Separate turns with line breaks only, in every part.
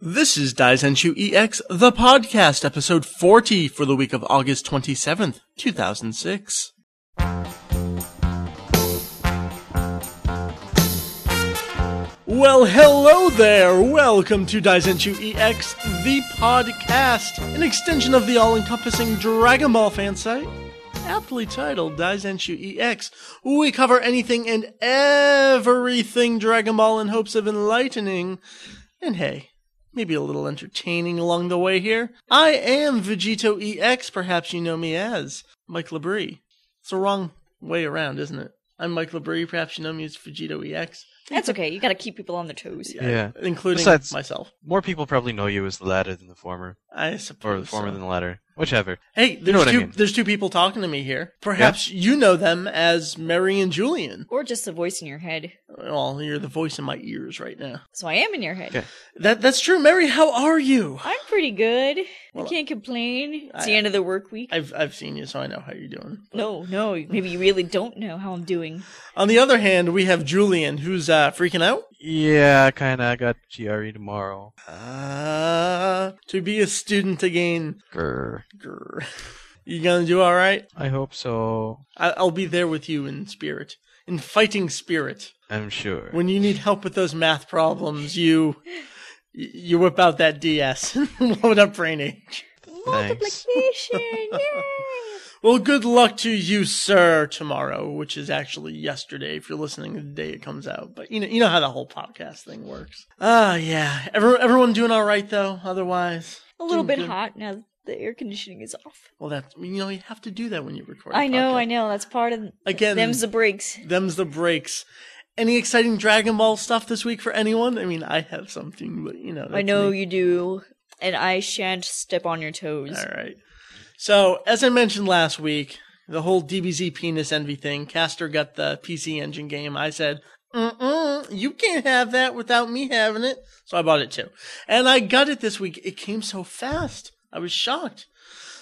This is Daisenshu EX, the podcast, episode 40 for the week of August 27th, 2006. Well, hello there! Welcome to Daisenshu EX, the podcast, an extension of the all encompassing Dragon Ball fan site. Aptly titled Daisenshu EX, we cover anything and everything Dragon Ball in hopes of enlightening. And hey, maybe a little entertaining along the way here. I am Vegito EX, perhaps you know me as Mike Labrie. It's the wrong way around, isn't it? I'm Mike Labrie, perhaps you know me as Vegito E EX,
That's okay. You got to keep people on their toes.
Yeah.
including
Besides-
myself.
More people probably know you as the latter than the former,
I
or
suppose.
the former
so.
than the latter, whichever.
Hey, there's
know what I
two
mean.
there's two people talking to me here. Perhaps you know them as Mary and Julian.
Or just the voice in your head.
Well, you're the voice in my ears right now.
So I am in your head.
Okay.
That that's true. Mary, how are you?
I'm pretty good.
Well,
I can't complain. It's
I-
the end of the work week.
I've I've seen you, so I know how you're doing.
no, no. Maybe you really don't know how I'm doing.
On the other hand, we have Julian, who's uh, freaking out.
Yeah, kinda. I got GRE tomorrow.
Ah, to be a student again.
Grr.
Grr. You gonna do all right?
I hope so.
I- I'll be there with you in spirit, in fighting spirit.
I'm sure.
When you need help with those math problems, you you whip out that DS and load up Brain Age.
Thanks.
Multiplication. yeah.
Well, good luck to you, sir, tomorrow, which is actually yesterday if you're listening the day it comes out. But you know, you know how the whole podcast thing works. Ah, yeah. Every, everyone doing all right though. Otherwise,
A little bit
Dun, dun.
hot now. that The air conditioning is off.
Well, that's you know you have to do that when you record. a
I know.
podcast.
I know. That's part of
Again-
Them's the breaks.
Them's the breaks. Any exciting Dragon Ball stuff this week for anyone? I mean, I have something, but you know.
I
that's
know
me.
you do, and I shan't step on your toes.
All right. So, as I mentioned last week, the whole DBZ penis envy thing. Castor got the PC Engine game. I said, "Mm-mm, you can't have that without me having it." So I bought it too, and I got it this week. It came so fast. I was shocked.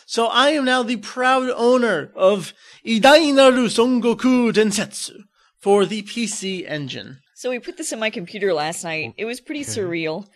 So I am now the proud owner of Idai Naru Songoku Densetsu for the PC Engine.
So we put this in my computer last night. It was pretty surreal.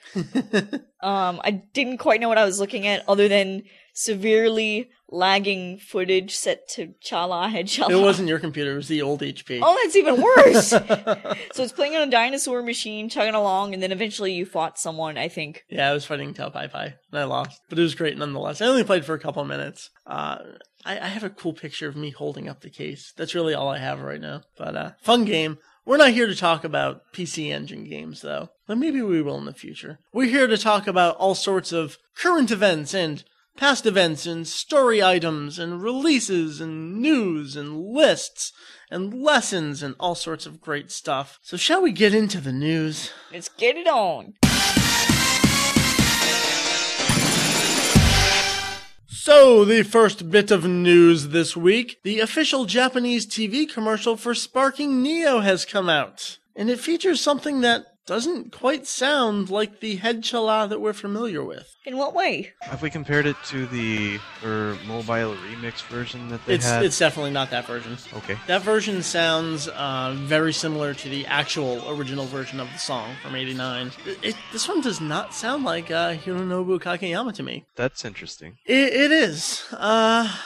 um, I didn't quite know what I was looking at, other than severely lagging footage set to Chala Head Chala.
It wasn't your computer. It was the old HP.
Oh, that's even worse. so it's playing on a dinosaur machine, chugging along, and then eventually you fought someone. I think
Yeah, I was fighting Tao Pai Pai, and I lost, but it was great nonetheless. I only played for a couple minutes. Uh, I, I have a cool picture of me holding up the case. That's really all I have right now. But uh, fun game. We're not here to talk about PC Engine games, though. But maybe we will in the future. We're here to talk about all sorts of current events and past events and story items and releases and news and lists and lessons and all sorts of great stuff. So shall we get into the news?
let's get it on.
So, the first bit of news this week the official Japanese TV commercial for Sparking Neo has come out. And it features something that doesn't quite sound like the head chala that we're familiar with.
In what way?
Have we compared it to the or mobile remix version that they
It's,
had?
it's definitely not that version.
okay.
That version sounds uh, very similar to the actual original version of the song from '89. It, this one does not sound like uh, Hironobu Kakeyama to me.
That's interesting.
It, it is. Uh,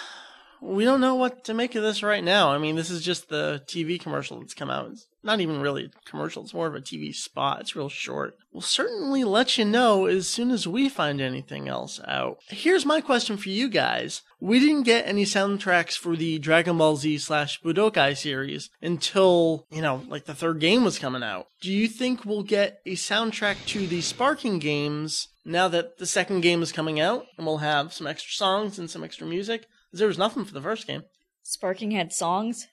we don't know what to make of this right now. I mean, this is just the TV commercial that's come out. It's not even really a commercial, it's more of a TV spot. It's real short. We'll certainly let you know as soon as we find anything else out. Here's my question for you guys We didn't get any soundtracks for the Dragon Ball Z slash Budokai series until, you know, like the third game was coming out. Do you think we'll get a soundtrack to the Sparking games? now that the second game is coming out and we'll have some extra songs and some extra music 'cause there was nothing for the first game
Sparking had songs.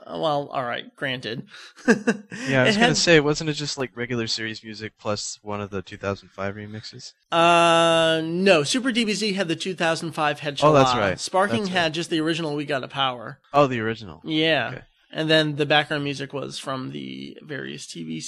Uh, well all right granted
Yeah, I was
It
gonna
had-
say, wasn't it just like regular series music plus one of the 2005 remixes?
uh no super dbz had the 2005 head
Oh, that's
Shalala.
right.
sparking
That's right.
had just the original we got a power
Oh, the original.
yeah
Okay.
and then the background music was from the various tv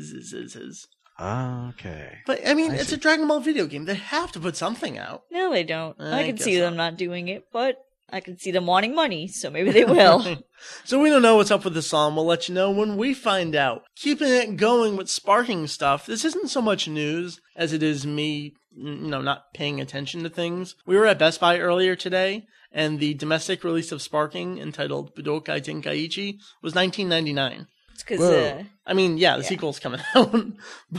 series
Ah, okay.
but i mean
I
it's
see.
a dragon ball video game they have to put something out
No, they don't. I,
Eh, I
can
guess
see
not.
them not doing it, but I can see them wanting money, so maybe they will.
so we don't know what's up with the song. We'll let you know when we find out. Keeping it going with sparking stuff. This isn't so much news as it is me, n- you know, not paying attention to things. We were at Best Buy earlier today, and the domestic release of Sparking, entitled Budokai Tenkaichi, was 1999.
it's because
Whoa.
uh,
I mean, yeah, the
Yeah.
sequel's coming out,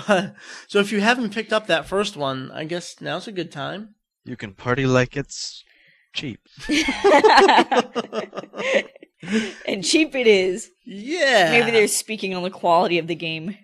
but so if you haven't picked up that first one, I guess now's a good time.
You can party like it's cheap.
and cheap it is.
Yeah,
Maybe they're speaking on the quality of the game.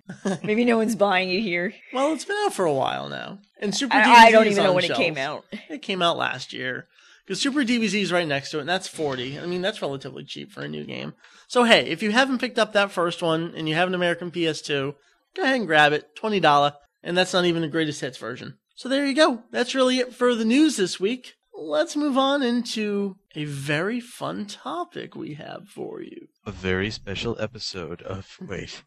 Maybe no one's buying it here.
Well, it's been out for a while now, and Super DVZ
I, I don't
is
even know
on
when it came
shelves.
out.
It came out last year because Super DVZ is right next to it, and that's forty. I mean, that's relatively cheap for a new game. So hey, if you haven't picked up that first one and you have an American PS2, go ahead and grab it, twenty dollar, and that's not even the greatest hits version. So there you go. That's really it for the news this week. Let's move on into a very fun topic we have for you.
A very special episode of wait.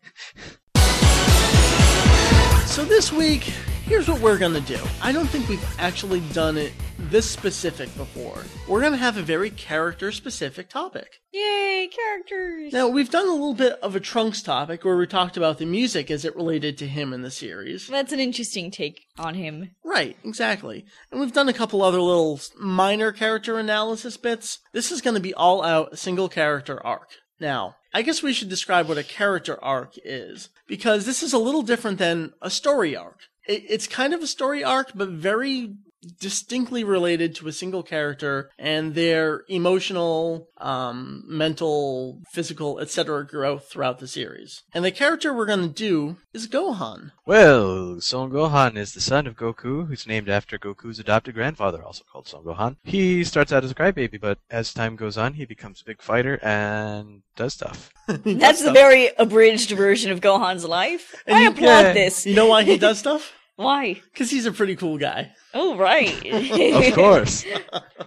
So this week, here's what we're gonna do. I don't think we've actually done it this specific before. We're gonna have a very character specific topic.
Yay, characters!
Now, we've done a little bit of a Trunks topic where we talked about the music as it related to him in the series.
That's an interesting take on him.
Right, exactly. And we've done a couple other little s- minor character analysis bits. This is gonna be all out single character arc. Now, I guess we should describe what a character arc is, because this is a little different than a story arc. It, it's kind of a story arc, but very distinctly related to a single character and their emotional, um, mental, physical, etc. growth throughout the series. And the character we're gonna do is Gohan.
Well, Son Gohan is the son of Goku, who's named after Goku's adopted grandfather, also called Son Gohan. He starts out as a crybaby, but as time goes on, he becomes a big fighter and does stuff.
He does
That's the
stuff.
very abridged version of Gohan's life.
And
I
you-
applaud
yeah.
this.
You know why he does stuff?
Why?
Because he's a pretty cool guy.
Oh, right.
Of course.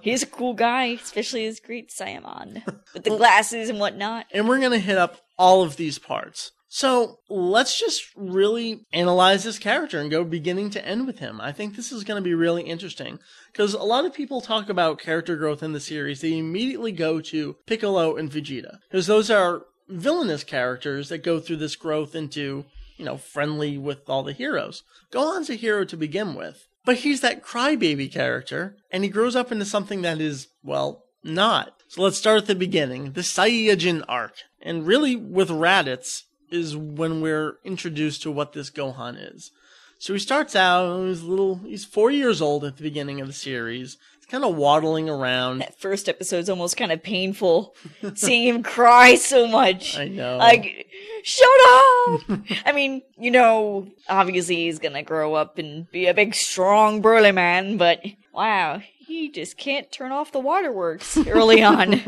He's a cool guy, especially his great Saiyaman with the glasses and whatnot.
And we're going to hit up all of these parts. So let's just really analyze this character and go beginning to end with him. I think this is going to be really interesting because a lot of people talk about character growth in the series. They immediately go to Piccolo and Vegeta because those are villainous characters that go through this growth into, you know, friendly with all the heroes. Gohan's a hero to begin with, but he's that crybaby character and he grows up into something that is, well, not. So let's start at the beginning, the Saiyajin arc. And really, with Raditz, is when we're introduced to what this Gohan is. So he starts out, he's little, he's four years old at the beginning of the series. He's kind of waddling around.
That first episode's almost kind of painful, seeing him cry so much.
I know.
Oh.
Like, shut up! I mean, you know, obviously he's gonna grow up and be a big, strong, burly man, but wow, he just can't turn off the waterworks early on.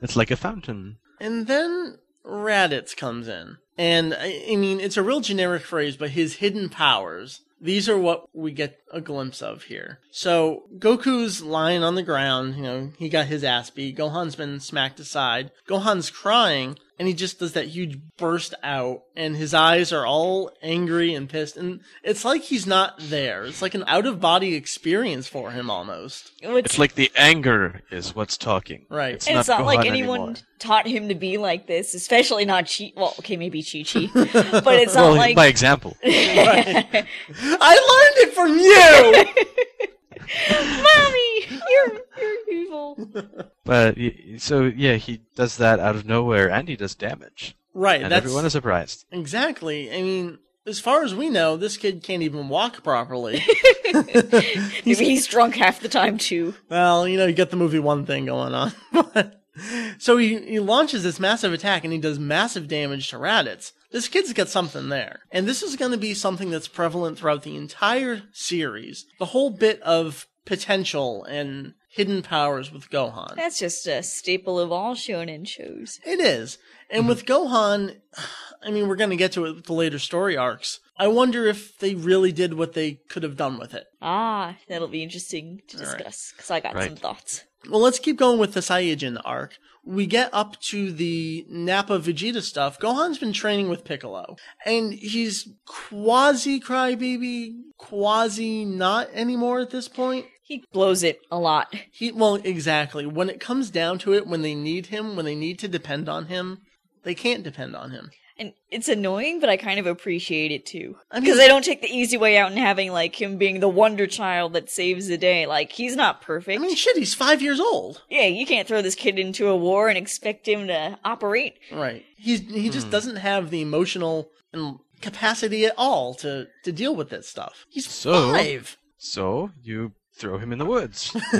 it's like a fountain.
And then Raditz comes in. And I, I mean, it's a real generic phrase, but his hidden powers. These are what we get a glimpse of here. So Goku's lying on the ground, you know, he got his ass beat. Gohan's been smacked aside. Gohan's crying, and he just does that huge burst out, and his eyes are all angry and pissed. And it's like he's not there. It's like an out of body experience for him almost.
What's-
It's like the anger is what's talking.
Right.
and it's not
Gohan
like anyone
anymore.
taught him to be like this, especially not Chi. Well, okay, maybe Chi Chi, but it's not
well,
like
by example.
Right. I learned it from you!
mommy, you're you're evil.
But y- so yeah, he does that out of nowhere, and he does damage,
Right.
and
that's,
everyone is surprised.
Exactly. I mean, as far as we know, this kid can't even walk properly.
Maybe he's drunk half the time too.
well, you know, you get the movie one thing going on. so he, he launches this massive attack and he does massive damage to Raditz. This kid's got something there. And this is going to be something that's prevalent throughout the entire series. The whole bit of potential and hidden powers with Gohan.
That's just a staple of all shonen shows.
It is. And with Gohan, I mean, we're going to get to it with the later story arcs. I wonder if they really did what they could have done with it.
Ah, that'll be interesting to
All right.
discuss because I got
Right.
some thoughts.
Well, let's keep going with the Saiyajin arc. We get up to the Nappa Vegeta stuff. Gohan's been training with Piccolo, and he's quasi crybaby, quasi not anymore at this point.
He blows it a lot.
He well, exactly. When it comes down to it, when they need him, when they need to depend on him, they can't depend on him.
And it's annoying, but I kind of appreciate it too.
I mean-
Because they don't take the easy way out and having like him being the wonder child that saves the day. Like he's not
I
perfect.
mean, shit, he's five years old.
yeah, you can't throw this kid into a war and expect him to operate.
Right. He's he just
Hmm.
doesn't have the emotional and capacity at all to to deal with that stuff. He's
So-
five.
So you throw him in the woods,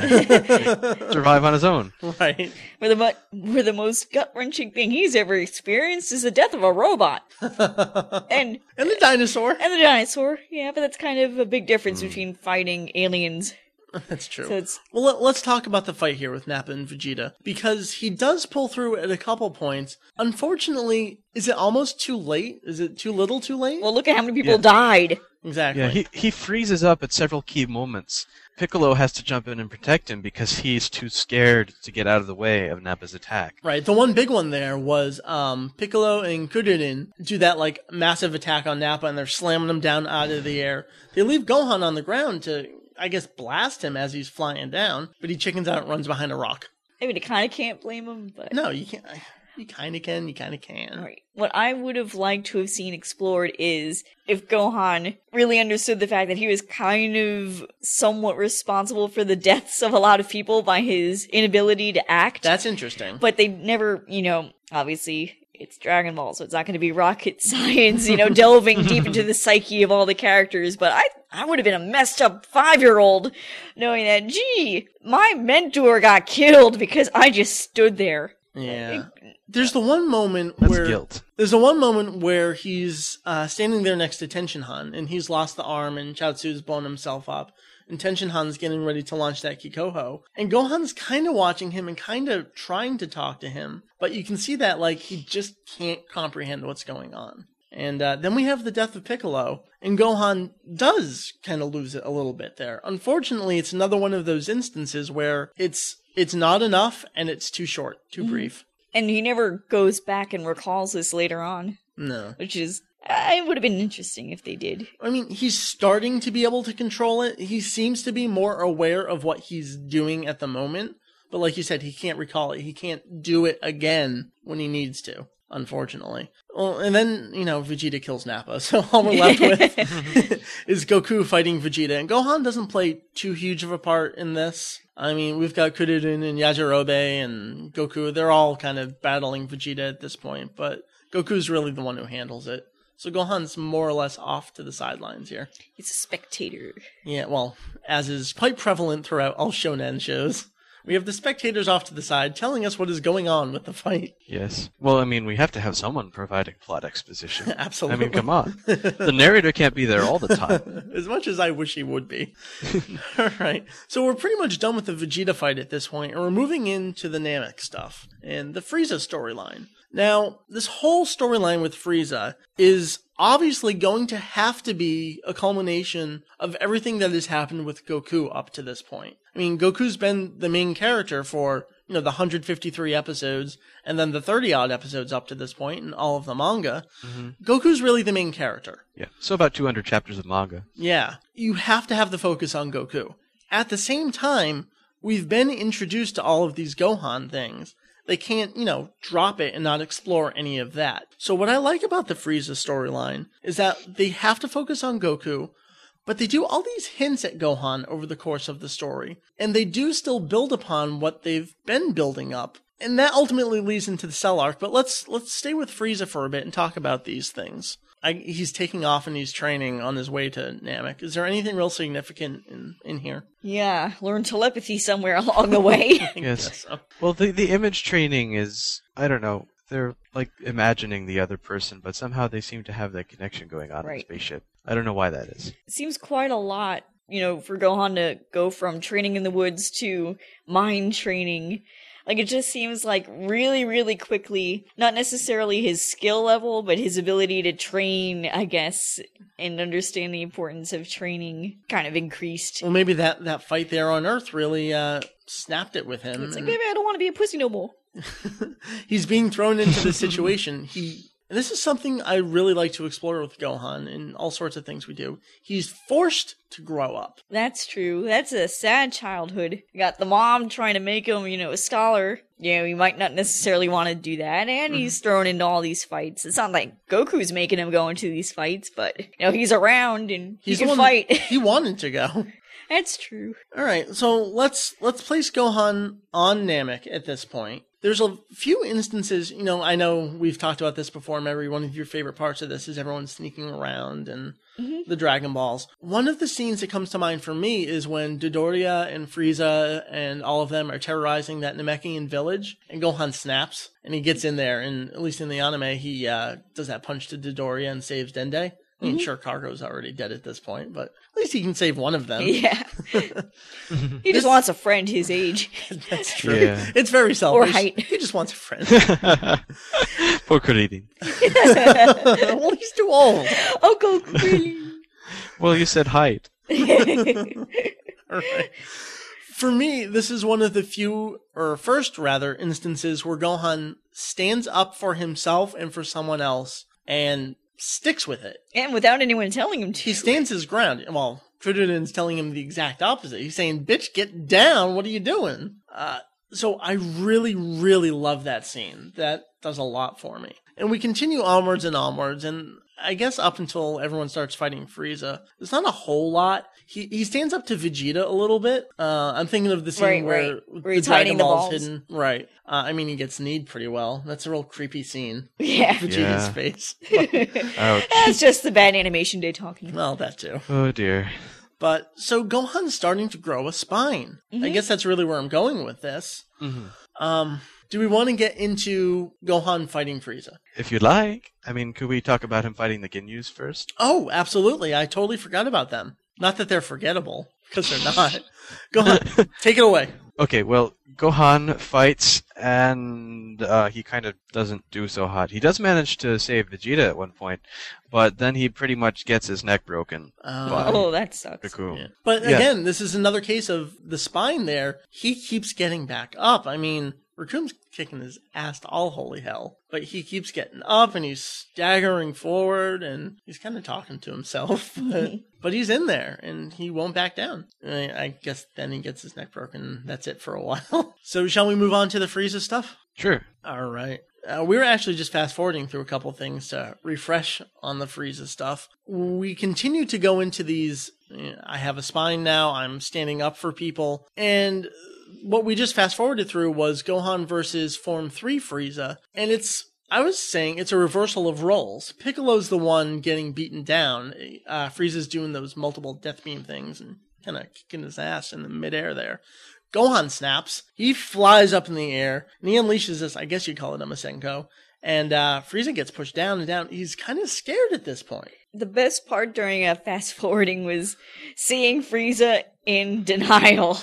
right.
survive on his own.
Where the mo- where the most gut wrenching thing he's ever experienced is the death of a robot
and
and
the dinosaur.
and the dinosaur. Yeah, but that's kind of a big difference
Hmm.
between fighting aliens.
That's true.
So it's
Well, let, let's talk about the fight here with Nappa and Vegeta because he does pull through at a couple points. Unfortunately, is it almost too late? Is it too little, too late?
well, look at how many people
Yeah.
died.
exactly.
Yeah, he, he freezes up at several key moments. Piccolo has to jump in and protect him because he's too scared to get out of the way of Nappa's attack.
Right. The one big one there was um, Piccolo and Kudurin do that like massive attack on Nappa, and they're slamming him down out of the air. They leave Gohan on the ground to, I guess, blast him as he's flying down, but he chickens out and runs behind a rock.
I mean, I kind of can't blame him, but
No, you can't. You kind of can. You kind of can.
Right. What I would have liked to have seen explored is if Gohan really understood the fact that he was kind of somewhat responsible for the deaths of a lot of people by his inability to act.
That's interesting.
but they never, you know, obviously it's Dragon Ball, so it's not going to be rocket science, you know, delving deep into the psyche of all the characters. But I, I would have been a messed up five year old knowing that, gee, my mentor got killed because I just stood there.
yeah. There's the one moment
That's
where
guilt.
There's the one moment where he's uh, standing there next to Tenshinhan, and he's lost the arm, and Chaozu's blown himself up, and Tenshinhan's getting ready to launch that Kikoho, and Gohan's kind of watching him and kind of trying to talk to him, but you can see that like he just can't comprehend what's going on. And uh, then we have the death of Piccolo, and Gohan does kind of lose it a little bit there. Unfortunately, it's another one of those instances where it's it's not enough and it's too short, too brief.
And he never goes back and recalls this later on,
No.
which is uh, it would have been interesting if they did.
I mean, he's starting to be able to control it. He seems to be more aware of what he's doing at the moment. But like you said, he can't recall it. He can't do it again when he needs to, unfortunately. Well, and then, you know, Vegeta kills Nappa. So all we're left with is Goku fighting Vegeta. And Gohan doesn't play too huge of a part in this. I mean, we've got Kuririn and Yajirobe and Goku. They're all kind of battling Vegeta at this point. But Goku's really the one who handles it. So Gohan's more or less off to the sidelines here.
He's a spectator.
Yeah, well, as is quite prevalent throughout all shonen shows, we have the spectators off to the side telling us what is going on with the fight.
Yes. Well, I mean, we have to have someone providing plot exposition. I
Absolutely.
mean, come on. The narrator can't be there all the time.
as much as I wish he would be. All right. So we're pretty much done with the Vegeta fight at this point, and we're moving into the Namek stuff and the Frieza storyline. Now, this whole storyline with Frieza is obviously going to have to be a culmination of everything that has happened with Goku up to this point. I mean, Goku's been the main character for, you know, the 153 episodes and then the 30 odd episodes up to this point in all of the manga. Goku's really the main character.
Yeah. So about 200 chapters of manga.
Yeah. You have to have the focus on Goku. At the same time, we've been introduced to all of these Gohan things. They can't, you know, drop it and not explore any of that. So what I like about the Frieza storyline is that they have to focus on Goku, but they do all these hints at Gohan over the course of the story, and they do still build upon what they've been building up. And that ultimately leads into the Cell arc, but let's let's stay with Frieza for a bit and talk about these things. I, he's taking off and he's training on his way to Namek. Is there anything real significant in, in here?
Yeah, learn telepathy somewhere along the way.
I
Yes.
guess so.
Well, the, the image training is, I don't know, they're like imagining the other person, but somehow they seem to have that connection going on in
Right.
the spaceship. I don't know why that is.
seems quite a lot, you know, for Gohan to go from training in the woods to mind training. Like it just seems like really, really quickly, not necessarily his skill level, but his ability to train, I guess, and understand the importance of training kind of increased.
Well, maybe that, that fight there on Earth really uh, snapped it with him.
It's like,
and-
baby, I don't want to be a pussy no more.
he's being thrown into this situation. He And this is something I really like to explore with Gohan in all sorts of things we do. He's forced to grow up.
That's true. That's a sad childhood. You got the mom trying to make him, you know, a scholar. You know, he might not necessarily want to do that, and
Mm-hmm.
he's thrown into all these fights. It's not like Goku's making him go into these fights, but you know, he's around and
He's
he
the one-
can fight.
He wanted to go.
That's true.
All right, so let's let's place Gohan on Namek at this point. There's a few instances, you know. I know we've talked about this before. and Every one of your favorite parts of this is everyone sneaking around and
Mhm.
the Dragon Balls. One of the scenes that comes to mind for me is when Dodoria and Frieza and all of them are terrorizing that Namekian village, and Gohan snaps and he gets in there. And at least in the anime, he uh, does that punch to Dodoria and saves Dende. I mean, sure, Cargo's already dead at this point, but at least he can save one of them.
yeah. he just wants a friend his age.
That's true.
Yeah.
It's very selfish.
height.
He just wants a friend.
Poor Kuririn.
well, he's too old.
oh, Goku, really?
Well, you said height.
All right. For me, this is one of the few, or first rather, instances where Gohan stands up for himself and for someone else and sticks with it.
and without anyone telling him to.
He stands his ground. Well, Tridunin's telling him the exact opposite. He's saying, bitch, get down. What are you doing? Uh, so I really, really love that scene. That does a lot for me. And we continue onwards and onwards. And I guess up until everyone starts fighting Frieza, there's not a whole lot. He, he stands up to Vegeta a little bit. Uh, I'm thinking of the scene
Right,
where,
right. Where
the
he's
Dragon
hiding the
Ball's
balls.
hidden. Right. Uh, I mean, he gets kneed pretty well. That's a real creepy scene.
yeah.
Vegeta's
Yeah.
face.
Ouch.
That's just the bad animation day talking.
well, that too.
Oh dear.
But so Gohan's starting to grow a spine. I
Mhm.
guess that's really where I'm going with this.
Mhm.
Um, do we want to get into Gohan fighting Frieza?
If you'd like, I mean, could we talk about him fighting the Ginyus first?
Oh, absolutely. I totally forgot about them. Not that they're forgettable, because they're not. Gohan, take it away.
Okay, well, Gohan fights, and uh, he kind of doesn't do so hot. He does manage to save Vegeta at one point, but then he pretty much gets his neck broken.
Uh,
Wow.
Oh, that sucks.
Cool.
yeah. But
Yeah.
again, this is another case of the spine there. He keeps getting back up. I mean, Raccoon's kicking his ass to all holy hell, but he keeps getting up and he's staggering forward and he's kind of talking to himself. But, but he's in there and he won't back down. I, I guess then he gets his neck broken. That's it for a while. so, shall we move on to the Frieza stuff?
Sure.
All right. Uh, we were actually just fast forwarding through a couple things to refresh on the Frieza stuff. We continue to go into these. you know, I have a spine now. I'm standing up for people. And what we just fast forwarded through was Gohan versus Form 3 Frieza. And it's, I was saying, it's a reversal of roles. Piccolo's the one getting beaten down. Uh, Frieza's doing those multiple death beam things and kind of kicking his ass in the midair there. Gohan snaps. He flies up in the air and he unleashes this, I guess you'd call it a Masenko. And uh, Frieza gets pushed down and down. He's kind of scared at this point.
The best part during a fast forwarding was seeing Frieza in denial.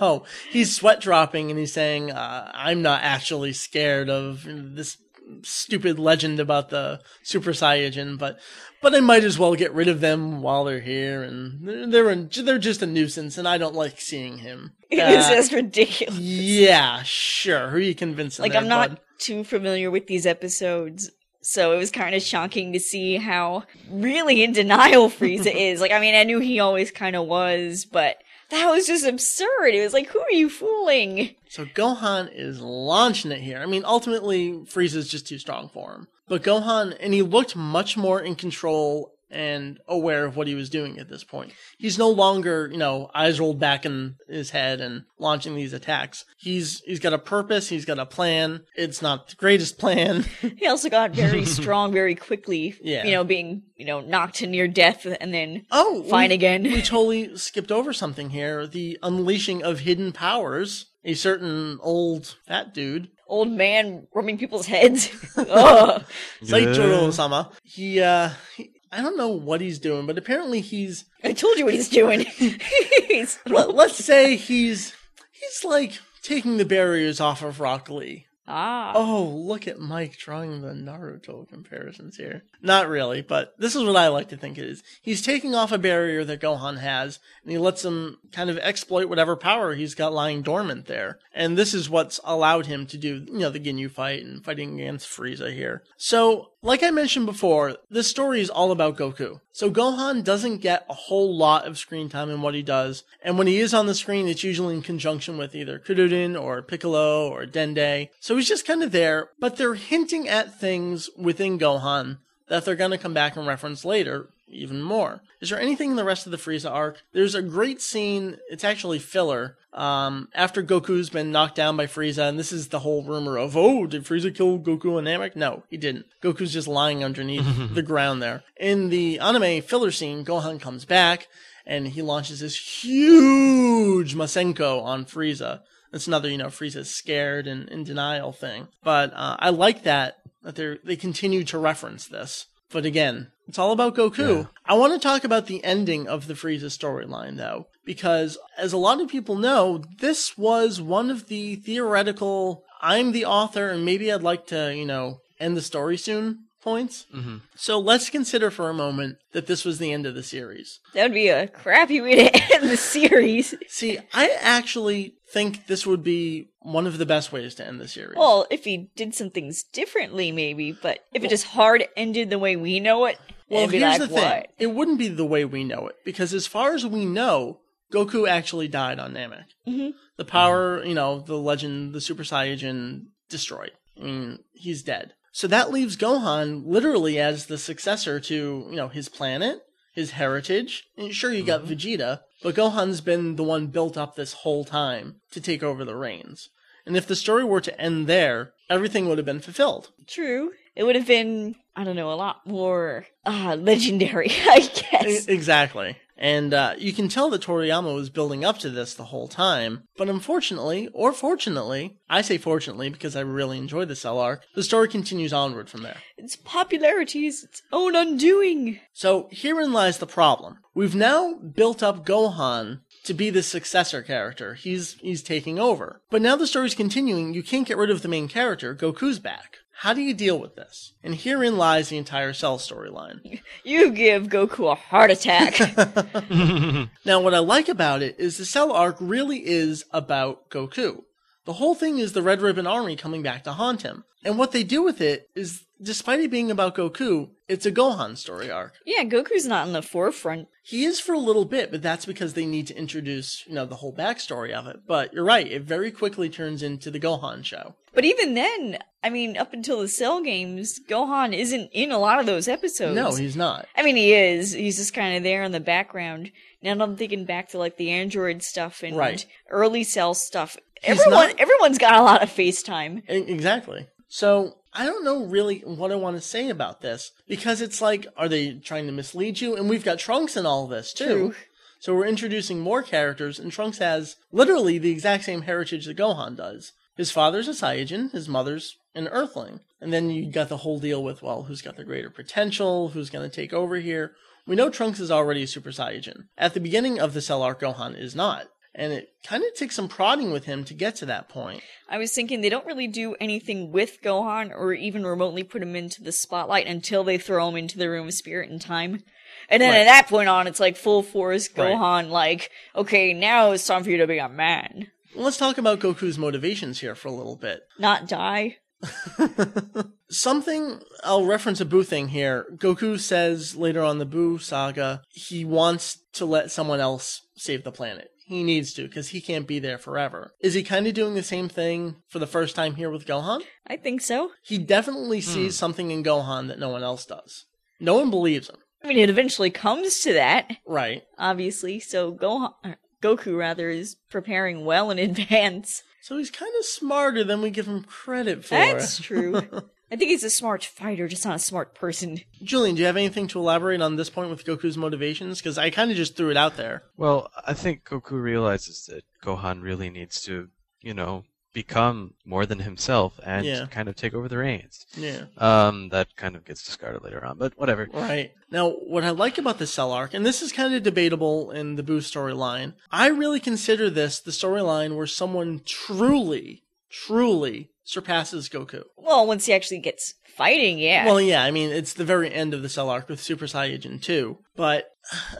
oh, he's sweat dropping and he's saying, uh, I'm not actually scared of this stupid legend about the Super Saiyajin, but but I might as well get rid of them while they're here. And they're, they're, they're just a nuisance and I don't like seeing him.
It
Uh,
was just ridiculous.
yeah, sure. Who are you convincing?
Like
there,
I'm not
bud?
too familiar with these episodes, so it was kind of shocking to see how really in denial Frieza is. Like I mean, I knew he always kind of was, but that was just absurd. It was like, who are you fooling?
So Gohan is launching it here. I mean, ultimately, Frieza's just too strong for him. But Gohan, and he looked much more in control and aware of what he was doing at this point. He's no longer, you know, eyes rolled back in his head and launching these attacks. He's he's got a purpose. He's got a plan. It's not the greatest plan.
He also got very strong very quickly.
Yeah.
you know, being you know knocked to near death and then
Oh, we-
fine
we
again.
totally skipped over something here. The unleashing of hidden powers. A certain old fat dude
Old man rubbing people's heads. Ugh.
Saitaro Sama. He, uh, he, I don't know what he's doing, but apparently he's.
I told you what he's doing. he's
Let, let's say he's he's like taking the barriers off of Rock Lee.
ah.
Oh, look at Mike drawing the Naruto comparisons here. Not really, but this is what I like to think it is. He's taking off a barrier that Gohan has, and he lets him kind of exploit whatever power he's got lying dormant there. And this is what's allowed him to do, you know, the Ginyu fight and fighting against Frieza here. So Like I mentioned before, this story is all about Goku. So Gohan doesn't get a whole lot of screen time in what he does, and when he is on the screen, it's usually in conjunction with either Kududin or Piccolo or Dende. So he's just kind of there, but they're hinting at things within Gohan that they're going to come back and reference later even more. Is there anything in the rest of the Frieza arc? There's a great scene, it's actually filler, um, after Goku's been knocked down by Frieza, and this is the whole rumor of, oh, did Frieza kill Goku and Namek? No, he didn't. Goku's just lying underneath the ground there. In the anime filler scene, Gohan comes back, and he launches this huge Masenko on Frieza. That's another, you know, Frieza's scared and in denial thing. But uh, I like that, that they they continue to reference this. But again, it's all about Goku.
Yeah.
I want to talk about the ending of the Frieza storyline, though, because as a lot of people know, this was one of the theoretical, I'm the author and maybe I'd like to, you know, end the story soon points.
Mm-hmm.
So let's consider for a moment that this was the end of the series.
That would be a crappy way to end the series.
See, I actually think this would be one of the best ways to end the series.
Well, if he did some things differently, maybe, but if it just hard ended the way we know it,
Well,
it'd be
here's
like,
the thing.
what?
It wouldn't be the way we know it because, as far as we know, Goku actually died on Namek.
Mhm.
The power, you know, the legend, the Super Saiyan destroyed. I mean, he's dead. So that leaves Gohan literally as the successor to, you know, his planet, his heritage. And sure, you got Vegeta, but Gohan's been the one built up this whole time to take over the reins. And if the story were to end there, everything would have been fulfilled.
True. It would have been, I don't know, a lot more uh, legendary, I
E-
guess.
Exactly. And uh, you can tell that Toriyama was building up to this the whole time, but unfortunately, or fortunately, I say fortunately because I really enjoyed the cell arc, the story continues onward from there.
its popularity is its own undoing.
So herein lies the problem. We've now built up Gohan to be the successor character. He's he's taking over. But now the story's continuing, you can't get rid of the main character, Goku's back. How do you deal with this? And herein lies the entire cell storyline.
You give Goku a heart attack.
Now, what I like about it is the Cell arc really is about Goku. The whole thing is the Red Ribbon Army coming back to haunt him. And what they do with it is, despite it being about Goku, it's a Gohan story arc.
yeah, Goku's not in the forefront.
He is for a little bit, but that's because they need to introduce, you know, the whole backstory of it. But you're right, it very quickly turns into the Gohan show.
But even then, I mean, up until the Cell games, Gohan isn't in a lot of those episodes.
No, he's not.
I mean, he is. He's just kind of there in the background. Now that I'm thinking back to like the Android stuff and
Right.
early Cell stuff.
He's
Everyone,
not-
everyone's got a lot of FaceTime.
E- Exactly. So I don't know really what I want to say about this because it's like, are they trying to mislead you? And we've got Trunks in all this too.
True.
So we're introducing more characters, and Trunks has literally the exact same heritage that Gohan does. His father's a Saiyajin, his mother's an Earthling. And then you got the whole deal with, well, who's got the greater potential? Who's going to take over here? We know Trunks is already a Super Saiyajin. At the beginning of the Cell Arc, Gohan is not. And it kind of takes some prodding with him to get to that point.
I was thinking they don't really do anything with Gohan or even remotely put him into the spotlight until they throw him into the room of spirit and time. And then
Right.
at that point on, it's like full force
Right.
Gohan, like, okay, now it's time for you to be a man.
Well, let's talk about Goku's motivations here for a little bit.
Not die.
Something I'll reference a Boo thing here. Goku says later on the Boo saga he wants to let someone else save the planet. He needs to because he can't be there forever. Is he kind of doing the same thing for the first time here with Gohan?
I think so.
He definitely sees something in Gohan that no one else does. No one believes him,
I mean, it eventually comes to that,
right?
obviously, so Gohan, er, Goku, rather, is preparing well in advance.
So he's kind of smarter than we give him credit for.
That's true. I think he's a smart fighter, just not a smart person.
Julian, do you have anything to elaborate on this point with Goku's motivations? Because I kind of just threw it out there.
Well, I think Goku realizes that Gohan really needs to, you know, become more than himself and
Yeah.
kind of take over the reins.
Yeah.
Um, that kind of gets discarded later on, but whatever.
Right. Now, what I like about the cell arc, and this is kind of debatable in the Boo storyline, I really consider this the storyline where someone truly, truly surpasses Goku.
Well, once he actually gets fighting, yeah.
Well, yeah, I mean, it's the very end of the cell arc with Super Saiyajin 2. But,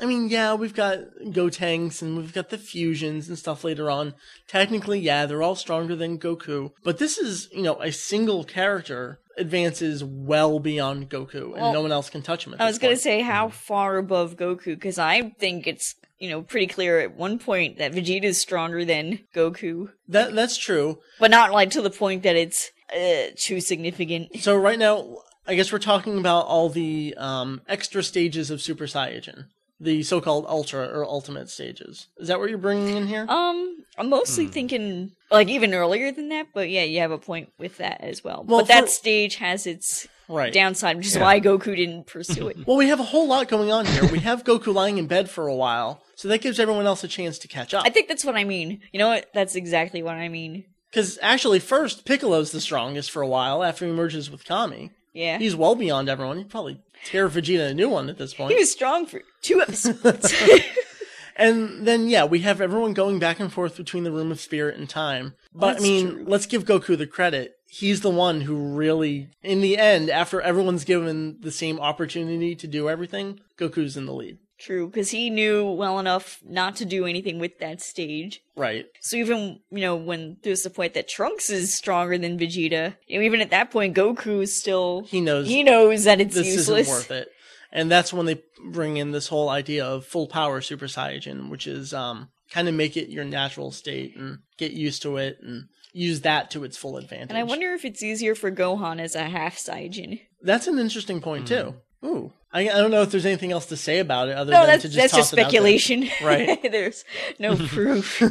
I mean, yeah, we've got Gotenks and we've got the fusions and stuff later on. Technically, yeah, they're all stronger than Goku. But this is, you know, a single character advances well beyond Goku, and
Well,
no one else can touch him. At
I
this
was gonna
point.
say how far above Goku because I think it's you know pretty clear at one point that Vegeta is stronger than Goku,
that that's true.
but not like to the point that it's uh, too significant.
So right now, I guess we're talking about all the um, extra stages of Super Saiyan, the so-called Ultra or Ultimate stages. Is that what you're bringing in here?
Um, I'm mostly
Hmm.
thinking like even earlier than that, but yeah, you have a point with that as well.
Well,
but that
for-
stage has its
right.
downside, which is
Yeah.
why Goku didn't pursue it.
Well, we have a whole lot going on here. We have Goku lying in bed for a while, so that gives everyone else a chance to catch up.
I think that's what I mean. You know what? That's exactly what I mean.
Because actually, first Piccolo's the strongest for a while after he merges with Kami.
Yeah.
He's well beyond everyone. He'd probably tear Vegeta a new one at this point.
He was strong for two episodes.
And then yeah, we have everyone going back and forth between the room of spirit and time. But
That's
I mean,
true.
let's give Goku the credit. He's the one who really in the end after everyone's given the same opportunity to do everything, Goku's in the lead.
True, because he knew well enough not to do anything with that stage.
Right.
So even you know when there's the point that Trunks is stronger than Vegeta, you know, even at that point, Goku is still
He knows
he knows that it's
this
useless.
isn't worth it. And that's when they bring in this whole idea of full power Super Saiyan, which is um kind of make it your natural state and get used to it and use that to its full advantage.
And I wonder if it's easier for Gohan as a half Saiyajin.
That's an interesting point too.
Hmm.
Ooh, I, I don't know if there's anything else to say about it other
No,
than
that's
to just
that's
toss
just
it out there.
speculation.
Right.
there's no proof.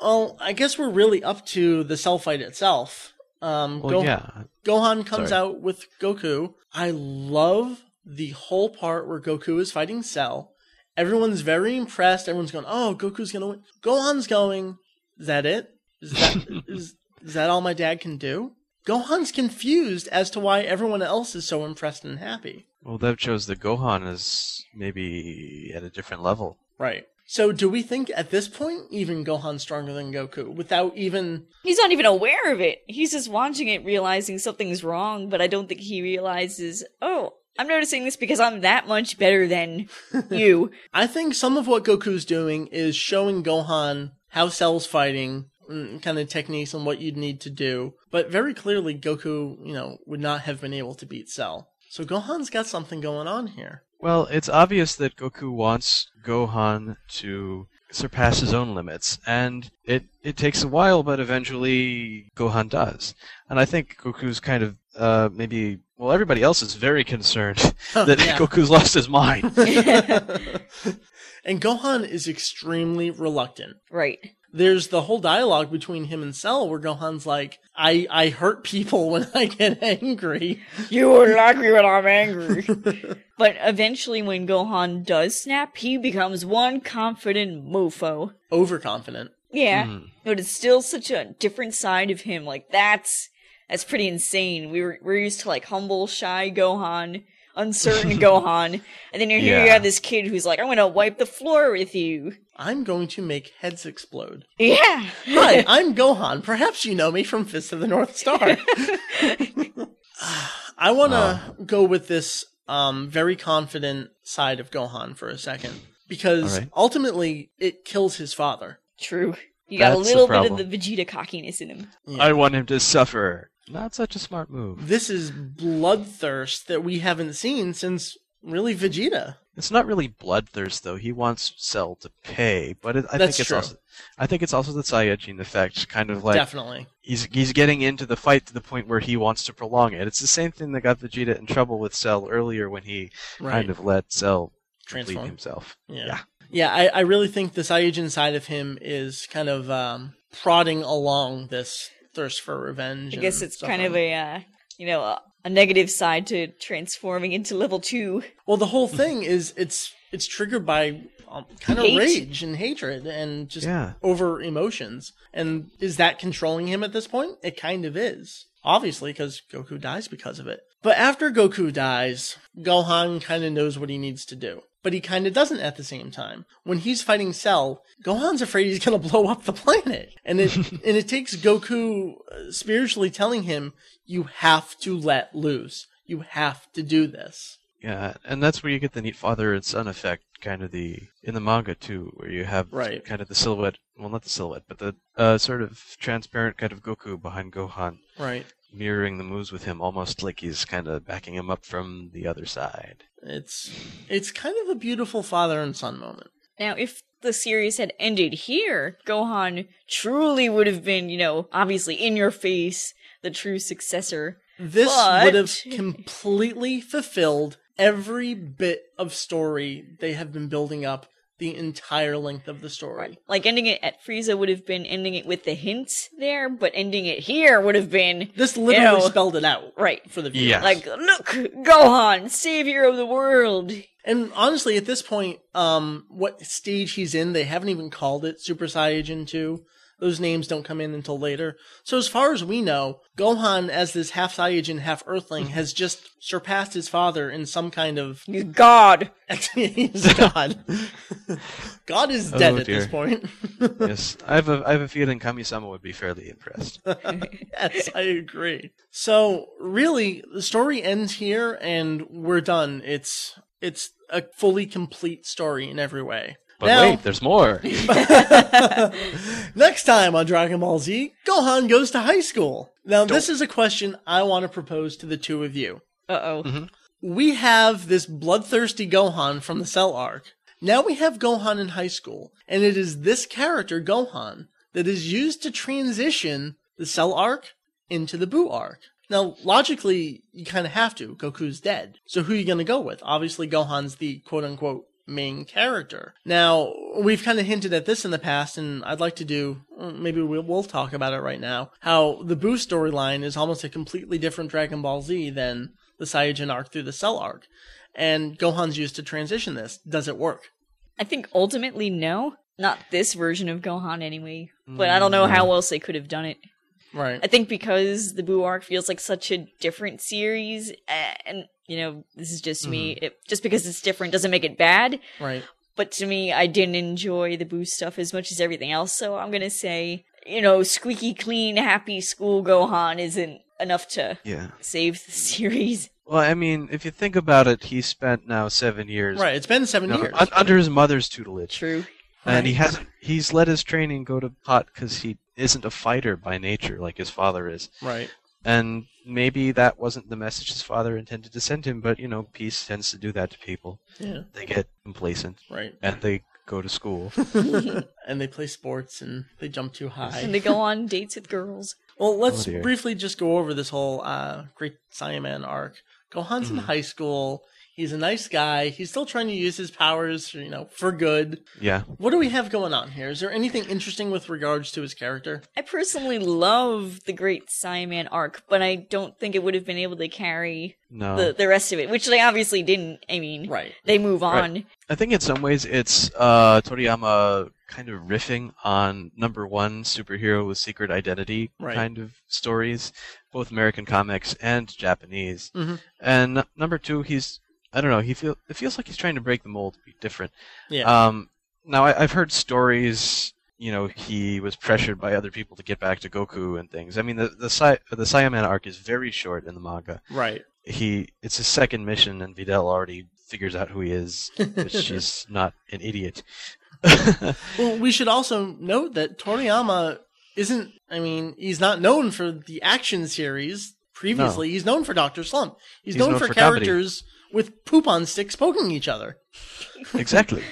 Well, I guess we're really up to the cell fight itself. Um,
Well,
Go-
yeah.
Gohan comes
Sorry.
out with Goku. I love the whole part where Goku is fighting Cell. Everyone's very impressed. Everyone's going, "Oh, Goku's gonna win." Gohan's going. Is that it? Is that is, is that all my dad can do? Gohan's confused as to why everyone else is so impressed and happy.
Well, that shows that Gohan is maybe at a different level.
Right. So do we think at this point even Gohan's stronger than Goku without even
He's not even aware of it. He's just watching it, realizing something's wrong, but I don't think he realizes, oh, I'm noticing this because I'm that much better than you.
I think some of what Goku's doing is showing Gohan how Cell's fighting mm, kind of techniques and what you'd need to do. But very clearly Goku, you know, would not have been able to beat Cell. So Gohan's got something going on here.
Well, it's obvious that Goku wants Gohan to surpass his own limits, and it, it takes a while, but eventually Gohan does. And I think Goku's kind of uh, maybe well, everybody else is very concerned that
Oh, Yeah.
Goku's lost his mind.
and Gohan is extremely reluctant.
right.
There's the whole dialogue between him and Cell where Gohan's like, I, I hurt people when I get angry.
You are like me when I'm angry. but eventually, when Gohan does snap, he becomes one confident mofo.
Overconfident.
Yeah.
Hmm.
But it's still such a different side of him. Like, that's. That's pretty insane. We were we're used to like humble, shy Gohan, uncertain Gohan, and then you're here. You
Yeah.
have this kid who's like, "I'm gonna wipe the floor with you."
I'm going to make heads explode.
Yeah.
Hi, I'm Gohan. Perhaps you know me from Fist of the North Star. I want to
Oh.
go with this um, very confident side of Gohan for a second because
All right.
ultimately it kills his father.
True. You got a
That's the
little bit of the
problem.
Vegeta cockiness in him.
I want him to suffer. Not such a smart move.
This is bloodthirst that we haven't seen since really Vegeta.
It's not really bloodthirst though. He wants Cell to pay, but it, I
That's
think it's
true.
also I think it's also the Saiyajin effect, kind of like
Definitely.
he's he's getting into the fight to the point where he wants to prolong it. It's the same thing that got Vegeta in trouble with Cell earlier when he
Right.
kind of let Cell bleed
Transform.
himself.
Yeah. Yeah,
Yeah.
I, I really think the Saiyajin side of him is kind of um, prodding along this thirst for revenge.
I guess it's kind of a, uh, you know, a, a negative side to transforming into level two.
Well, the whole thing is it's it's triggered by um, kind of
Hate.
rage and hatred and just
Yeah.
over emotions. And is that controlling him at this point? It kind of is. Obviously, because Goku dies because of it. But after Goku dies, Gohan kind of knows what he needs to do. But he kind of doesn't at the same time. When he's fighting Cell, Gohan's afraid he's going to blow up the planet. And it, and it takes Goku uh, spiritually telling him, you have to let loose. You have to do this.
Yeah, and that's where you get the neat father and son effect, kind of the in the manga too, where you have
Right.
kind of the silhouette, well, not the silhouette, but the uh, sort of transparent kind of Goku behind Gohan,
Right.
mirroring the moves with him, almost like he's kind of backing him up from the other side.
It's it's kind of a beautiful father and son moment.
Now, if the series had ended here, Gohan truly would have been, you know, obviously in your face, the true successor.
This
But-
would have completely fulfilled every bit of story they have been building up the entire length of the story.
Like ending it at Frieza would have been ending it with the hints there, but ending it here would have been
This literally
Ew.
spelled it out
right.
for the viewer.
Yeah.
Like, look, Gohan, savior of the world.
And honestly, at this point, um, what stage he's in, they haven't even called it Super Saiyajin 2. Those names don't come in until later. So as far as we know, Gohan as this half Saiyajin, half Earthling has just surpassed his father in some kind of
He's God.
he's God. God is
Oh,
dead at this
dear.
point.
yes, I have a I have a feeling Kami-sama would be fairly impressed.
yes, I agree. So really, the story ends here, and we're done. It's it's a fully complete story in every way.
But
Now-
wait, there's more.
Next time on Dragon Ball Z, Gohan goes to high school. Now, this is a question I want to propose to the two of you.
Uh oh.
We have this bloodthirsty Gohan from the Cell arc. Now we have Gohan in high school, and it is this character, Gohan, that is used to transition the Cell arc into the Boo arc. Now, logically, you kind of have to. Goku's dead. So who are you going to go with? Obviously, Gohan's the quote unquote main character. Now, we've kind of hinted at this in the past, and I'd like to do, uh, maybe we'll, we'll talk about it right now, how the Boo storyline is almost a completely different Dragon Ball Z than the Saiyajin arc through the Cell arc. And Gohan's used to transition this. Does it work?
I think ultimately, no. Not this version of Gohan, anyway. But I don't know how else they could have done it.
Right.
I think because the Boo arc feels like such a different series, eh, and you know, this is just me.
Mm-hmm.
It, just because it's different doesn't make it bad.
Right.
But to me, I didn't enjoy the Boo stuff as much as everything else. So I'm gonna say, you know, squeaky clean, happy school Gohan isn't enough to
Yeah.
save the series.
Well, I mean, if you think about it, he spent now seven years
Right. It's been seven
no,
years.
un- under his mother's tutelage,
True.
and he hasn't. He's let his training go to pot because he isn't a fighter by nature like his father is.
Right.
And maybe that wasn't the message his father intended to send him, but you know, peace tends to do that to people.
Yeah.
They get complacent
Right.
and they go to school.
And they play sports and they jump too high.
And they go on dates with girls.
Well, let's
Oh, dear.
briefly just go over this whole uh, Great Saiyaman arc. Gohan's in high school. He's a nice guy. He's still trying to use his powers, you know, for good.
yeah.
What do we have going on here? Is there anything interesting with regards to his character?
I personally love the Great Saiyaman arc, but I don't think it would have been able to carry
No.
the, the rest of it, which they obviously didn't. I mean,
Oh. Right.
they move on.
I think in some ways it's uh, Toriyama kind of riffing on number one superhero with secret identity
Right.
kind of stories, both American comics and Japanese.
Mhm.
And n- number two, he's I don't know. He feel it feels like he's trying to break the mold, be different.
Yeah.
Um, now I, I've heard stories. You know, he was pressured by other people to get back to Goku and things. I mean, the the Sai- the Saiyaman arc is very short in the manga.
right.
He it's his second mission, and Videl already figures out who he is but she's not an idiot.
Well, we should also note that Toriyama isn't, I mean, he's not known for the action series previously. He's known for Dr. Slump. He's, known, for,
comedy.
characters with poop on sticks poking each other.
exactly.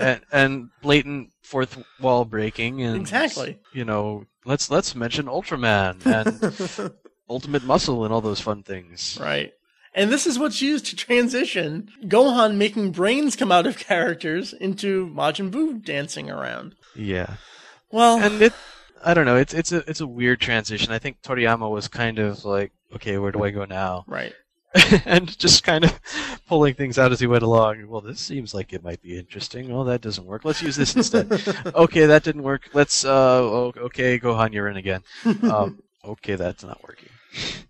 and, and blatant fourth wall breaking
Mm.
and
Exactly.
You know, let's let's mention Ultraman and Ultimate Muscle and all those fun things.
Right. And this is what's used to transition Gohan making brains come out of characters into Majin Buu dancing around.
Yeah.
Well,
And it I don't know, it's it's a it's a weird transition. I think Toriyama was kind of like, okay, where do I go now?
right.
and just kind of pulling things out as he went along. Well, this seems like it might be interesting. Oh, that doesn't work. Let's use this instead. okay, that didn't work. Let's. Uh, o- okay, Gohan, you're in again. Um, okay, that's not working.